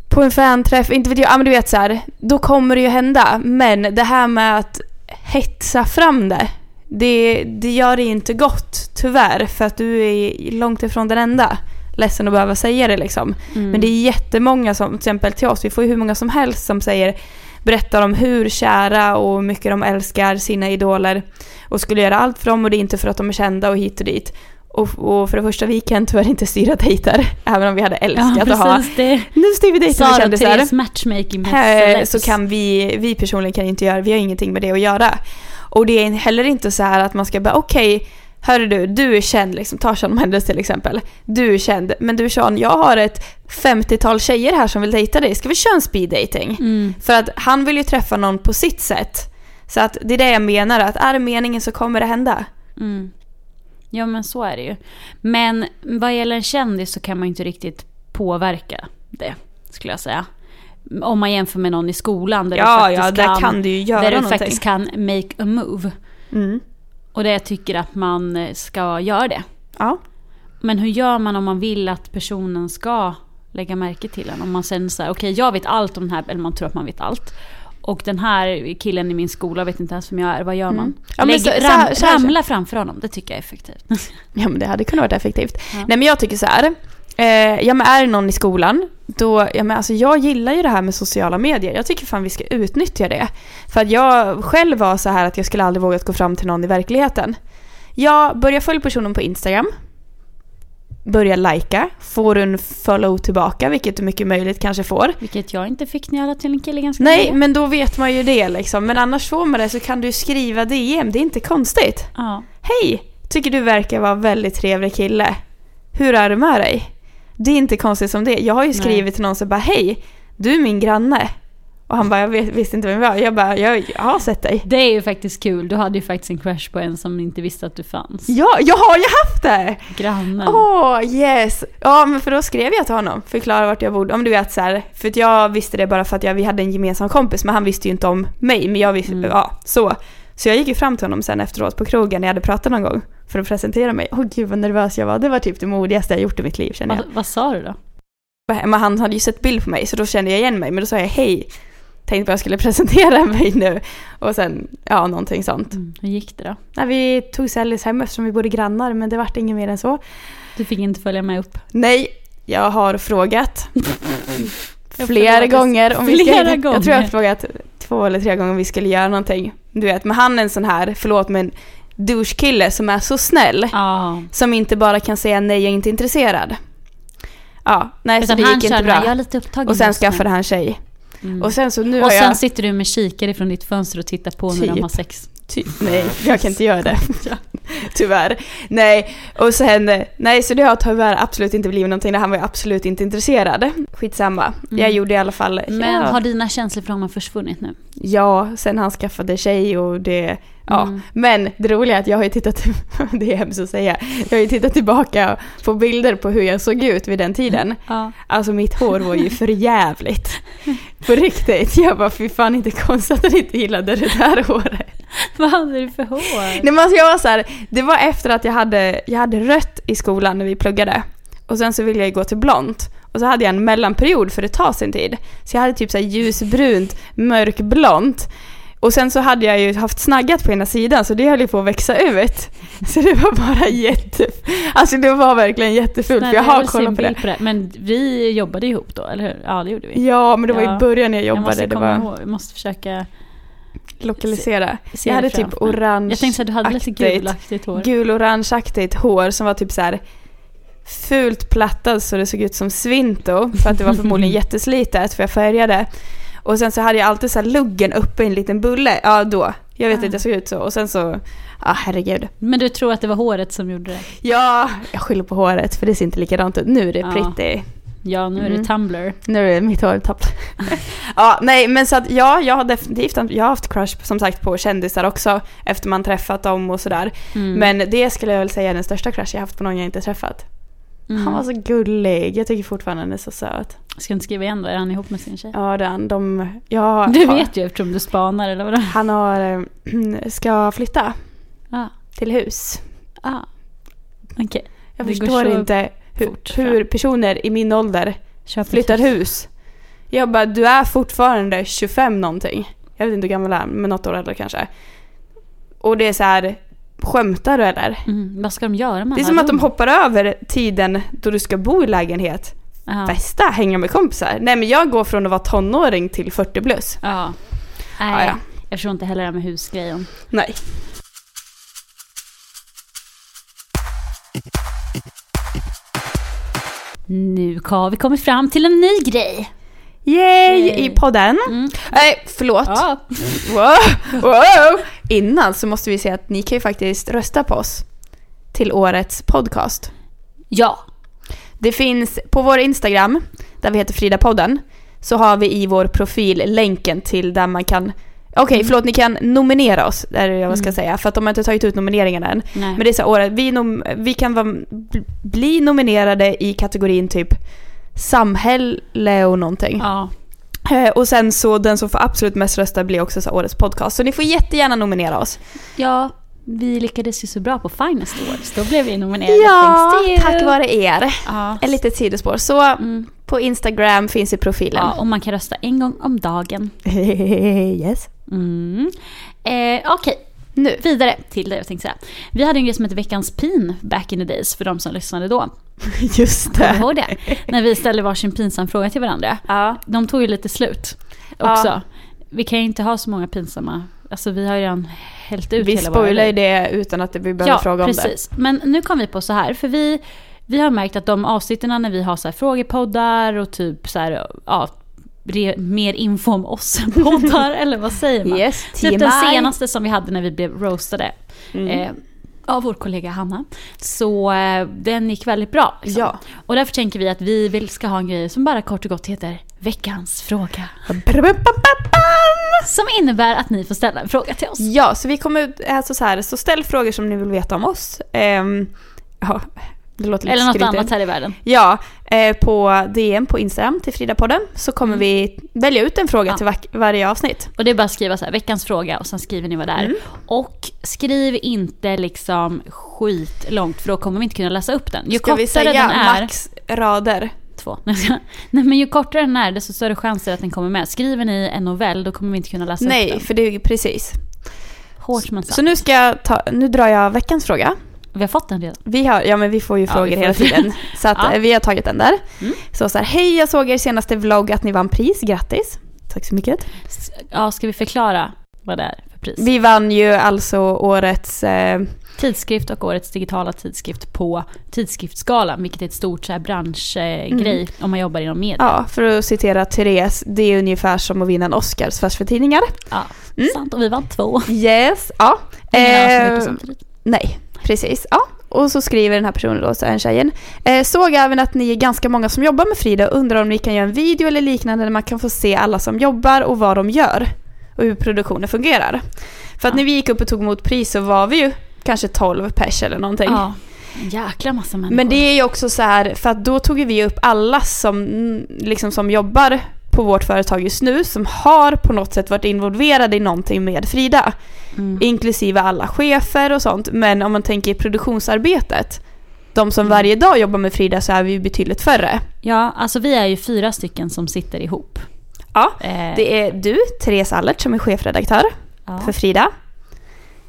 Speaker 1: på en fanträff, inte vet jag, ja men du vet så här, då kommer det ju hända. Men det här med att hetsa fram det, det, det gör det inte gott tyvärr för att du är långt ifrån den enda. Ledsen att behöva säga det liksom. Men det är jättemånga som, till exempel till oss, vi får ju hur många som helst som säger berättar om hur kära och hur mycket de älskar sina idoler och skulle göra allt för dem och det är inte för att de är kända och hit och dit. Och, och för det första, vi kan tyvärr inte styra dejter, även om vi hade älskat att ha
Speaker 2: det.
Speaker 1: nu ska vi dejta med
Speaker 2: Sara och
Speaker 1: kändisar.
Speaker 2: Therese matchmaking med
Speaker 1: Här
Speaker 2: celebs.
Speaker 1: så kan vi, vi personligen kan inte göra, vi har ingenting med det att göra. Och det är heller inte så här att man ska bara okej, hörru du, du är känd, liksom, ta Sean Mendes till exempel. Du är känd, men du Sean, jag har ett 50-tal tjejer här som vill dejta dig, ska vi köra en speed dating?
Speaker 2: Mm.
Speaker 1: För att han vill ju träffa någon på sitt sätt. Så att det är det jag menar, att är det meningen så kommer det hända.
Speaker 2: Ja men så är det ju. Men vad gäller en kändis så kan man ju inte riktigt påverka det skulle jag säga. Om man jämför med någon i skolan där
Speaker 1: Ja,
Speaker 2: du
Speaker 1: ja,
Speaker 2: faktiskt
Speaker 1: där
Speaker 2: kan,
Speaker 1: kan du ju göra
Speaker 2: där du
Speaker 1: någonting. Mm.
Speaker 2: faktiskt kan make a move. Och där jag tycker att man eh, ska göra det.
Speaker 1: Ja.
Speaker 2: Men hur gör man om man vill att personen ska lägga märke till en? Om man sen säger okej jag vet allt om den här, eller man tror att man vet allt. Och den här killen i min skola vet inte ens vem jag är, vad gör man?
Speaker 1: Mm. Ja, men
Speaker 2: Lägg,
Speaker 1: så- så här-
Speaker 2: ram,
Speaker 1: så här-
Speaker 2: ramla framför honom, det tycker jag är effektivt.
Speaker 1: Ja men det hade kunnat vara effektivt. Nej men jag tycker så här. Eh, ja men är det någon i skolan, då, ja men alltså jag gillar ju det här med sociala medier. Jag tycker fan vi ska utnyttja det. För att jag själv var så här att jag skulle aldrig vågat gå fram till någon i verkligheten. Jag börjar följa personen på Instagram. Börjar lajka. Får en follow tillbaka, vilket du mycket möjligt kanske får.
Speaker 2: Vilket jag inte fick när jag la till en kille ganska
Speaker 1: Nej,
Speaker 2: nyligen.
Speaker 1: men då vet man ju det liksom. Men annars får man det så kan du skriva DM, det är inte konstigt.
Speaker 2: Ja.
Speaker 1: Hej! Tycker du verkar vara en väldigt trevlig kille. Hur är det med dig? Det är inte konstigt som det är. Jag har ju skrivit till någon som bara hej, du är min granne. Och han bara, jag vet, visste inte vem jag var. Jag bara, jag, jag har sett dig.
Speaker 2: Det är ju faktiskt kul. Du hade ju faktiskt en crush på en som inte visste att du fanns.
Speaker 1: Ja, jag har ju haft det!
Speaker 2: Grannen.
Speaker 1: Åh, yes! Ja, men för då skrev jag till honom, förklara vart jag bodde. Om du vet så här, för att jag visste det bara för att jag, vi hade en gemensam kompis, men han visste ju inte om mig, men jag visste, ja, så. Så jag gick ju fram till honom sen efteråt på krogen när jag hade pratat någon gång för att presentera mig. Åh gud vad nervös jag var, det var typ det modigaste jag gjort i mitt liv känner jag.
Speaker 2: Vad, vad sa du då?
Speaker 1: Men han hade ju sett bild på mig så då kände jag igen mig, men då sa jag hej. Tänkte bara jag skulle presentera mig nu. Och sen, ja, någonting sånt.
Speaker 2: Hur gick det då?
Speaker 1: Nej, vi tog Sallys hem eftersom vi bodde grannar, men det vart inget mer än så.
Speaker 2: Du fick inte följa med upp?
Speaker 1: Nej, jag har frågat
Speaker 2: Jag
Speaker 1: flera
Speaker 2: förlåt, jag-
Speaker 1: gånger om vi ska...
Speaker 2: flera
Speaker 1: Jag tror jag har
Speaker 2: gånger.
Speaker 1: frågat två eller tre gånger om vi skulle göra någonting. Du vet, men han är en sån här, förlåt men, douchekille som är så snäll.
Speaker 2: Ja.
Speaker 1: Som inte bara kan säga nej, jag är inte intresserad. Ja, nej
Speaker 2: Utan
Speaker 1: så det
Speaker 2: han
Speaker 1: gick inte
Speaker 2: kör den här, jag
Speaker 1: bra.
Speaker 2: är lite upptagen
Speaker 1: Och sen
Speaker 2: just nu." Mm.
Speaker 1: skaffade han tjej. Och sen så nu
Speaker 2: Och
Speaker 1: har
Speaker 2: sen
Speaker 1: jag...
Speaker 2: sitter du med kikare från ditt fönster och tittar på när de
Speaker 1: Typ.
Speaker 2: har sex.
Speaker 1: Typ, nej, jag kan inte göra det. Tyvärr. Nej, och sen, nej så det har tyvärr absolut inte blivit någonting där han var ju absolut inte intresserad. Skitsamma. Jag gjorde i alla fall...
Speaker 2: Mm. Men
Speaker 1: ja,
Speaker 2: har dina känslor för honom försvunnit nu?
Speaker 1: ja, sen han skaffade tjej och det... Ja.
Speaker 2: Mm.
Speaker 1: Men det roliga är att jag har ju tittat... det är hemskt att säga. Jag har ju tittat tillbaka på bilder på hur jag såg ut vid den tiden.
Speaker 2: Ja.
Speaker 1: Alltså mitt hår var ju för jävligt. På riktigt. Jag bara, fy fan inte konstigt att jag inte gillade det där håret.
Speaker 2: Vad hade du för hår?
Speaker 1: Nej men alltså jag var så här, det var efter att jag hade, jag hade rött i skolan när vi pluggade. Och sen så ville jag ju gå till blont. Och så hade jag en mellanperiod för det tar sin tid. Så jag hade typ så här ljusbrunt, mörkblont. Och sen så hade jag ju haft snaggat på ena sidan så det höll ju på att växa ut. Så det var bara jätte... Alltså det var verkligen jättefult för jag
Speaker 2: vill
Speaker 1: har
Speaker 2: se
Speaker 1: kollat på
Speaker 2: bild
Speaker 1: det.
Speaker 2: på det. Men vi jobbade ihop då, eller hur? Ja, det gjorde vi.
Speaker 1: Ja men det var
Speaker 2: Ja.
Speaker 1: i början när jag
Speaker 2: jag
Speaker 1: jobbade.
Speaker 2: måste
Speaker 1: det
Speaker 2: komma
Speaker 1: var
Speaker 2: ihåg, jag måste försöka
Speaker 1: lokalisera.
Speaker 2: se
Speaker 1: Jag hade
Speaker 2: det framför
Speaker 1: typ
Speaker 2: mig.
Speaker 1: orange
Speaker 2: Jag tänkte att du hade lite gulaktigt hår.
Speaker 1: gul-orangeaktigt hår som var typ så här fult plattat så det såg ut som svinto för att det var förmodligen jätteslitet för jag färgade. Och sen så hade jag alltid så här luggen uppe i en liten bulle. Ja, då. Jag vet att jag såg ut så. Och sen så, ja herregud.
Speaker 2: Men du tror att det var håret som gjorde det?
Speaker 1: Ja, jag skyller på håret för det ser inte likadant ut. Nu är det
Speaker 2: Ja.
Speaker 1: pretty.
Speaker 2: Ja, nu
Speaker 1: Mm.
Speaker 2: är det Tumblr.
Speaker 1: Nu är mitt hår tappat. ja, nej men så att ja, jag har definitivt jag har haft crush som sagt på kändisar också efter man träffat dem och sådär.
Speaker 2: Mm.
Speaker 1: Men det skulle jag väl säga är den största crush jag haft på någon jag inte träffat. Han var så gullig, jag tycker fortfarande han är så söt.
Speaker 2: Mm. Ska inte skriva igen då? Är han ihop med sin tjej?
Speaker 1: Ja, den, de, ja,
Speaker 2: Du
Speaker 1: ja.
Speaker 2: vet ju eftersom du spanar eller vadå?
Speaker 1: Han har, eh, ska flytta
Speaker 2: Ja.
Speaker 1: till hus.
Speaker 2: Ah. Okej.
Speaker 1: Jag
Speaker 2: Det går
Speaker 1: förstår
Speaker 2: så
Speaker 1: inte hur,
Speaker 2: fort fram.
Speaker 1: hur personer i min ålder
Speaker 2: Köp ett
Speaker 1: flyttar
Speaker 2: hus.
Speaker 1: hus. Jag bara, du är fortfarande 25 någonting. Jag vet inte hur gammal jag är, men något år äldre kanske. Och det är så här, skämtar du eller?
Speaker 2: Mm. Vad ska de göra med
Speaker 1: Det är
Speaker 2: alla
Speaker 1: som att de
Speaker 2: rum?
Speaker 1: hoppar över tiden då du ska bo i lägenhet.
Speaker 2: Ja.
Speaker 1: Festa, hänga med kompisar. Nej men jag går från att vara tonåring till 40 plus.
Speaker 2: Ja.
Speaker 1: Ja,
Speaker 2: Nej,
Speaker 1: ja.
Speaker 2: jag förstår inte heller det här med husgrejen.
Speaker 1: Nej.
Speaker 2: Nu har vi kommit fram till en ny grej.
Speaker 1: Yay! I podden. Nej, förlåt. Wow. Wow. Innan så måste vi säga att ni kan ju faktiskt rösta på oss till årets podcast.
Speaker 2: Ja.
Speaker 1: Det finns på vår Instagram, där vi heter Frida-podden, så har vi i vår profil länken till där man kan Okej, förlåt, ni kan nominera oss, är det jag ska säga. För att de har inte tagit ut nomineringarna än.
Speaker 2: Nej.
Speaker 1: Men det är så här, året, vi, nom- vi kan vara, bl- bli nominerade i kategorin typ samhälle och någonting.
Speaker 2: ja.
Speaker 1: Eh, Och sen så den som får absolut mest röster blir också så här årets podcast. Så ni får jättegärna nominera oss.
Speaker 2: Ja, vi lyckades ju så bra på Finest Awards. Då blev vi nominerade. Thanks to you.
Speaker 1: tack vare er.
Speaker 2: Ja. Mm.
Speaker 1: Ett litet sidospår. Så på Instagram finns i profilen.
Speaker 2: Ja, och man kan rösta en gång om dagen.
Speaker 1: yes.
Speaker 2: Mm. Eh, Okej, nu vidare till det jag tänkte säga. Vi hade en grej som hette Veckans pin back in the days för de som lyssnade då.
Speaker 1: Just
Speaker 2: Kommer du
Speaker 1: det.
Speaker 2: ihåg det? När vi ställde varsin pinsam fråga till varandra.
Speaker 1: Ja.
Speaker 2: De tog ju lite slut också. Vi kan ju inte ha så många pinsamma. Alltså vi har ju redan hällt ut
Speaker 1: Vi
Speaker 2: hela våra
Speaker 1: spoilar ju
Speaker 2: liv.
Speaker 1: det utan att vi behöver
Speaker 2: ja,
Speaker 1: fråga om
Speaker 2: precis. Men nu kom vi på så här, för vi, vi har märkt att de avsnitten när vi har så här frågepoddar och typ så här, ja, re, mer info om oss-poddar, eller vad säger man?
Speaker 1: Yes,
Speaker 2: typ den
Speaker 1: TMI.
Speaker 2: senaste som vi hade när vi blev roastade.
Speaker 1: Mm.
Speaker 2: Eh, av vår kollega Hanna. Så eh, den gick väldigt bra. liksom.
Speaker 1: Ja.
Speaker 2: Och därför tänker vi att vi vill ska ha en grej som bara kort och gott heter veckans fråga.
Speaker 1: Brum-bum-bum-bum!
Speaker 2: Som innebär att ni får ställa en fråga till oss.
Speaker 1: Ja, så vi kommer ut, alltså så här, så ställ frågor som ni vill veta om oss. Ehm, ja, det låter lite
Speaker 2: Eller något
Speaker 1: skrytigt.
Speaker 2: annat här i världen.
Speaker 1: Ja, eh, på DM på Instagram till Fridapodden så kommer vi välja ut en fråga
Speaker 2: Mm. Ja.
Speaker 1: till vack- varje avsnitt.
Speaker 2: Och det är bara att skriva så här, veckans fråga och sen skriver ni vad det är.
Speaker 1: Mm.
Speaker 2: Och skriv inte liksom skitlångt för då kommer vi inte kunna läsa upp den. Ju
Speaker 1: Ska
Speaker 2: kortare
Speaker 1: vi säga
Speaker 2: den är...
Speaker 1: max rader?
Speaker 2: Två. Nej, jag skojar. Nej men ju kortare den är desto större chanser att den kommer med. Skriver ni en novell då kommer vi inte kunna läsa upp
Speaker 1: Nej,
Speaker 2: den.
Speaker 1: för det är ju precis.
Speaker 2: Hårt men
Speaker 1: Så
Speaker 2: sant.
Speaker 1: nu ska jag ta, nu drar jag veckans fråga.
Speaker 2: Vi har fått den redan.
Speaker 1: Vi har, ja men vi får ju
Speaker 2: Ja,
Speaker 1: frågor
Speaker 2: vi får-
Speaker 1: hela tiden. Så att
Speaker 2: Ja. Mm.
Speaker 1: eh, vi har tagit den där. Så så här, hej jag såg er senaste vlogg att ni vann pris, grattis. Tack så mycket.
Speaker 2: S- Ja, ska vi förklara vad det är för pris?
Speaker 1: Vi vann ju alltså årets, eh,
Speaker 2: Tidskrift och årets digitala tidskrift på Tidskriftsgalan, vilket är ett stort så här branschgrej
Speaker 1: Mm.
Speaker 2: om man jobbar inom media.
Speaker 1: ja för att citera Therese, det är ungefär som att vinna en Oscars fast för tidningar.
Speaker 2: Ja, sant. Och vi vann två.
Speaker 1: Yes, ja.
Speaker 2: Ingen annan
Speaker 1: Mm.
Speaker 2: som gjort det
Speaker 1: Eh,
Speaker 2: samtidigt.
Speaker 1: Nej, precis. Ja. Och så skriver den här personen då, så är en tjejen. Eh, såg även att ni är ganska många som jobbar med Frida och undrar om ni kan göra en video eller liknande där man kan få se alla som jobbar och vad de gör. Och hur produktionen fungerar. För att när vi gick upp och tog emot pris så var vi ju kanske 12 pers eller någonting.
Speaker 2: Ja, en jäkla massa människor.
Speaker 1: Men det är ju också så här, för att då tog ju vi upp alla som, mm, liksom, som jobbar på vårt företag just nu som har på något sätt varit involverade i någonting med Frida.
Speaker 2: Mm.
Speaker 1: Inklusive alla chefer och sånt. Men om man tänker i produktionsarbetet, de som varje dag jobbar med Frida så är vi ju betydligt färre.
Speaker 2: Ja, alltså vi är ju fyra stycken som sitter ihop.
Speaker 1: Ja,
Speaker 2: Eh,
Speaker 1: det är du, Therese Allert, som är chefredaktör
Speaker 2: ja.
Speaker 1: för Frida.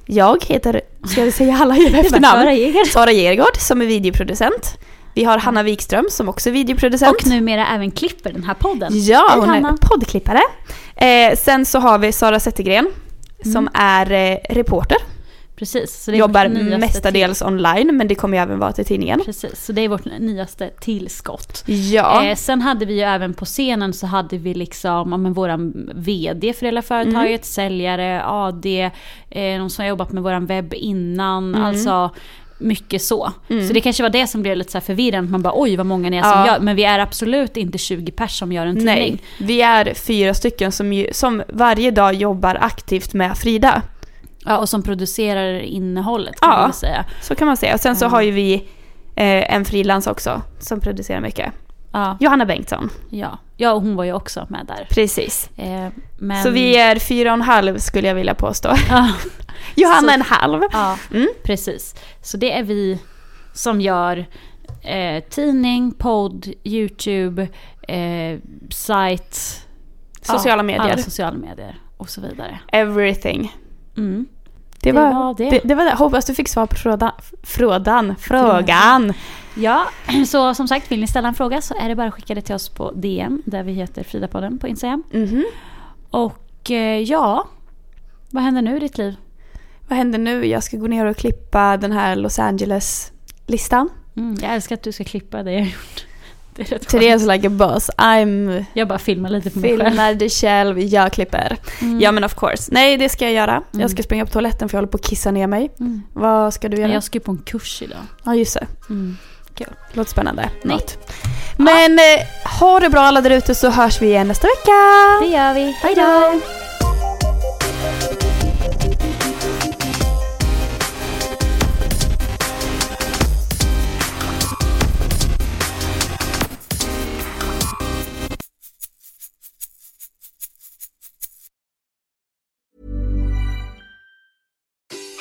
Speaker 1: Jag heter, ska vi säga alla i
Speaker 2: Det är bara Sara
Speaker 1: efternamn?
Speaker 2: Jäger.
Speaker 1: Sara Gergård som är videoproducent. Vi har Hanna Wikström som också är videoproducent.
Speaker 2: Och numera även klipper den här podden.
Speaker 1: Ja,
Speaker 2: Hej,
Speaker 1: hon
Speaker 2: Hanna.
Speaker 1: är poddklippare. Eh, sen så har vi Sara Zettergren som är eh, reporter.
Speaker 2: Precis. Mm. Så det är
Speaker 1: Jobbar
Speaker 2: vårt nyaste
Speaker 1: mestadels online men det kommer ju även vara till tidningen.
Speaker 2: till- Precis, så det är vårt nyaste tillskott.
Speaker 1: Ja.
Speaker 2: Eh, sen hade vi ju även på scenen så hade vi liksom, ja, men våran VD för hela företaget,
Speaker 1: Mm.
Speaker 2: säljare, AD, eh, de som har jobbat med våran webb innan,
Speaker 1: Mm.
Speaker 2: alltså mycket så. Så det kanske var det som blev lite så här förvirrande, man bara oj vad många ni är som
Speaker 1: Ja.
Speaker 2: gör, men vi är absolut inte 20 pers som gör en tidning.
Speaker 1: Nej, vi är fyra stycken som, ju, som varje dag jobbar aktivt med Frida.
Speaker 2: Ja, och som producerar innehållet kan
Speaker 1: Ja.
Speaker 2: man väl säga.
Speaker 1: Så kan man säga. Och sen så har ju vi eh, en frilans också som producerar mycket.
Speaker 2: Ja,
Speaker 1: Johanna Bengtsson.
Speaker 2: ja. ja, och hon var ju också med där.
Speaker 1: Precis. Ehm.
Speaker 2: Eh, men,
Speaker 1: Så vi är fyra och en halv skulle jag vilja påstå.
Speaker 2: Ja,
Speaker 1: Johanna
Speaker 2: Så-
Speaker 1: en halv.
Speaker 2: ja
Speaker 1: Mm.
Speaker 2: precis. Så det är vi som gör eh, tidning, podd, YouTube, eh, sajt.
Speaker 1: Sociala
Speaker 2: ja,
Speaker 1: medier.
Speaker 2: Alla sociala medier och så vidare.
Speaker 1: Everything.
Speaker 2: Mm.
Speaker 1: Det
Speaker 2: Det
Speaker 1: var
Speaker 2: var det.
Speaker 1: det. Det, var det. Hoppas du fick svar på frådan, frådan, frågan.
Speaker 2: Ja, så som sagt vill ni ställa en fråga så är det bara att skicka det till oss på DM där vi heter Fridapodden på Instagram.
Speaker 1: Mhm.
Speaker 2: Och eh, ja, vad händer nu i ditt liv?
Speaker 1: Vad händer nu? Jag ska gå ner och klippa den här Los Angeles-listan.
Speaker 2: Mm, jag älskar att du ska klippa det jag har gjort. Det är rätt skönt.
Speaker 1: Therese like a boss. I'm
Speaker 2: Jag bara filmar lite på mig själv. Mm.
Speaker 1: filmar det själv, jag klipper. Ja men of course. Nej det ska jag göra. Jag ska springa på toaletten för jag håller på att kissa ner mig.
Speaker 2: Mm.
Speaker 1: Vad ska du
Speaker 2: Men
Speaker 1: göra? Ja
Speaker 2: Jag ska ju på en kurs idag.
Speaker 1: just det.
Speaker 2: Mm.
Speaker 1: Låter spännande. Något. Men eh, ha det bra alla där ute så hörs vi igen nästa vecka.
Speaker 2: Det gör vi.
Speaker 1: Hej då!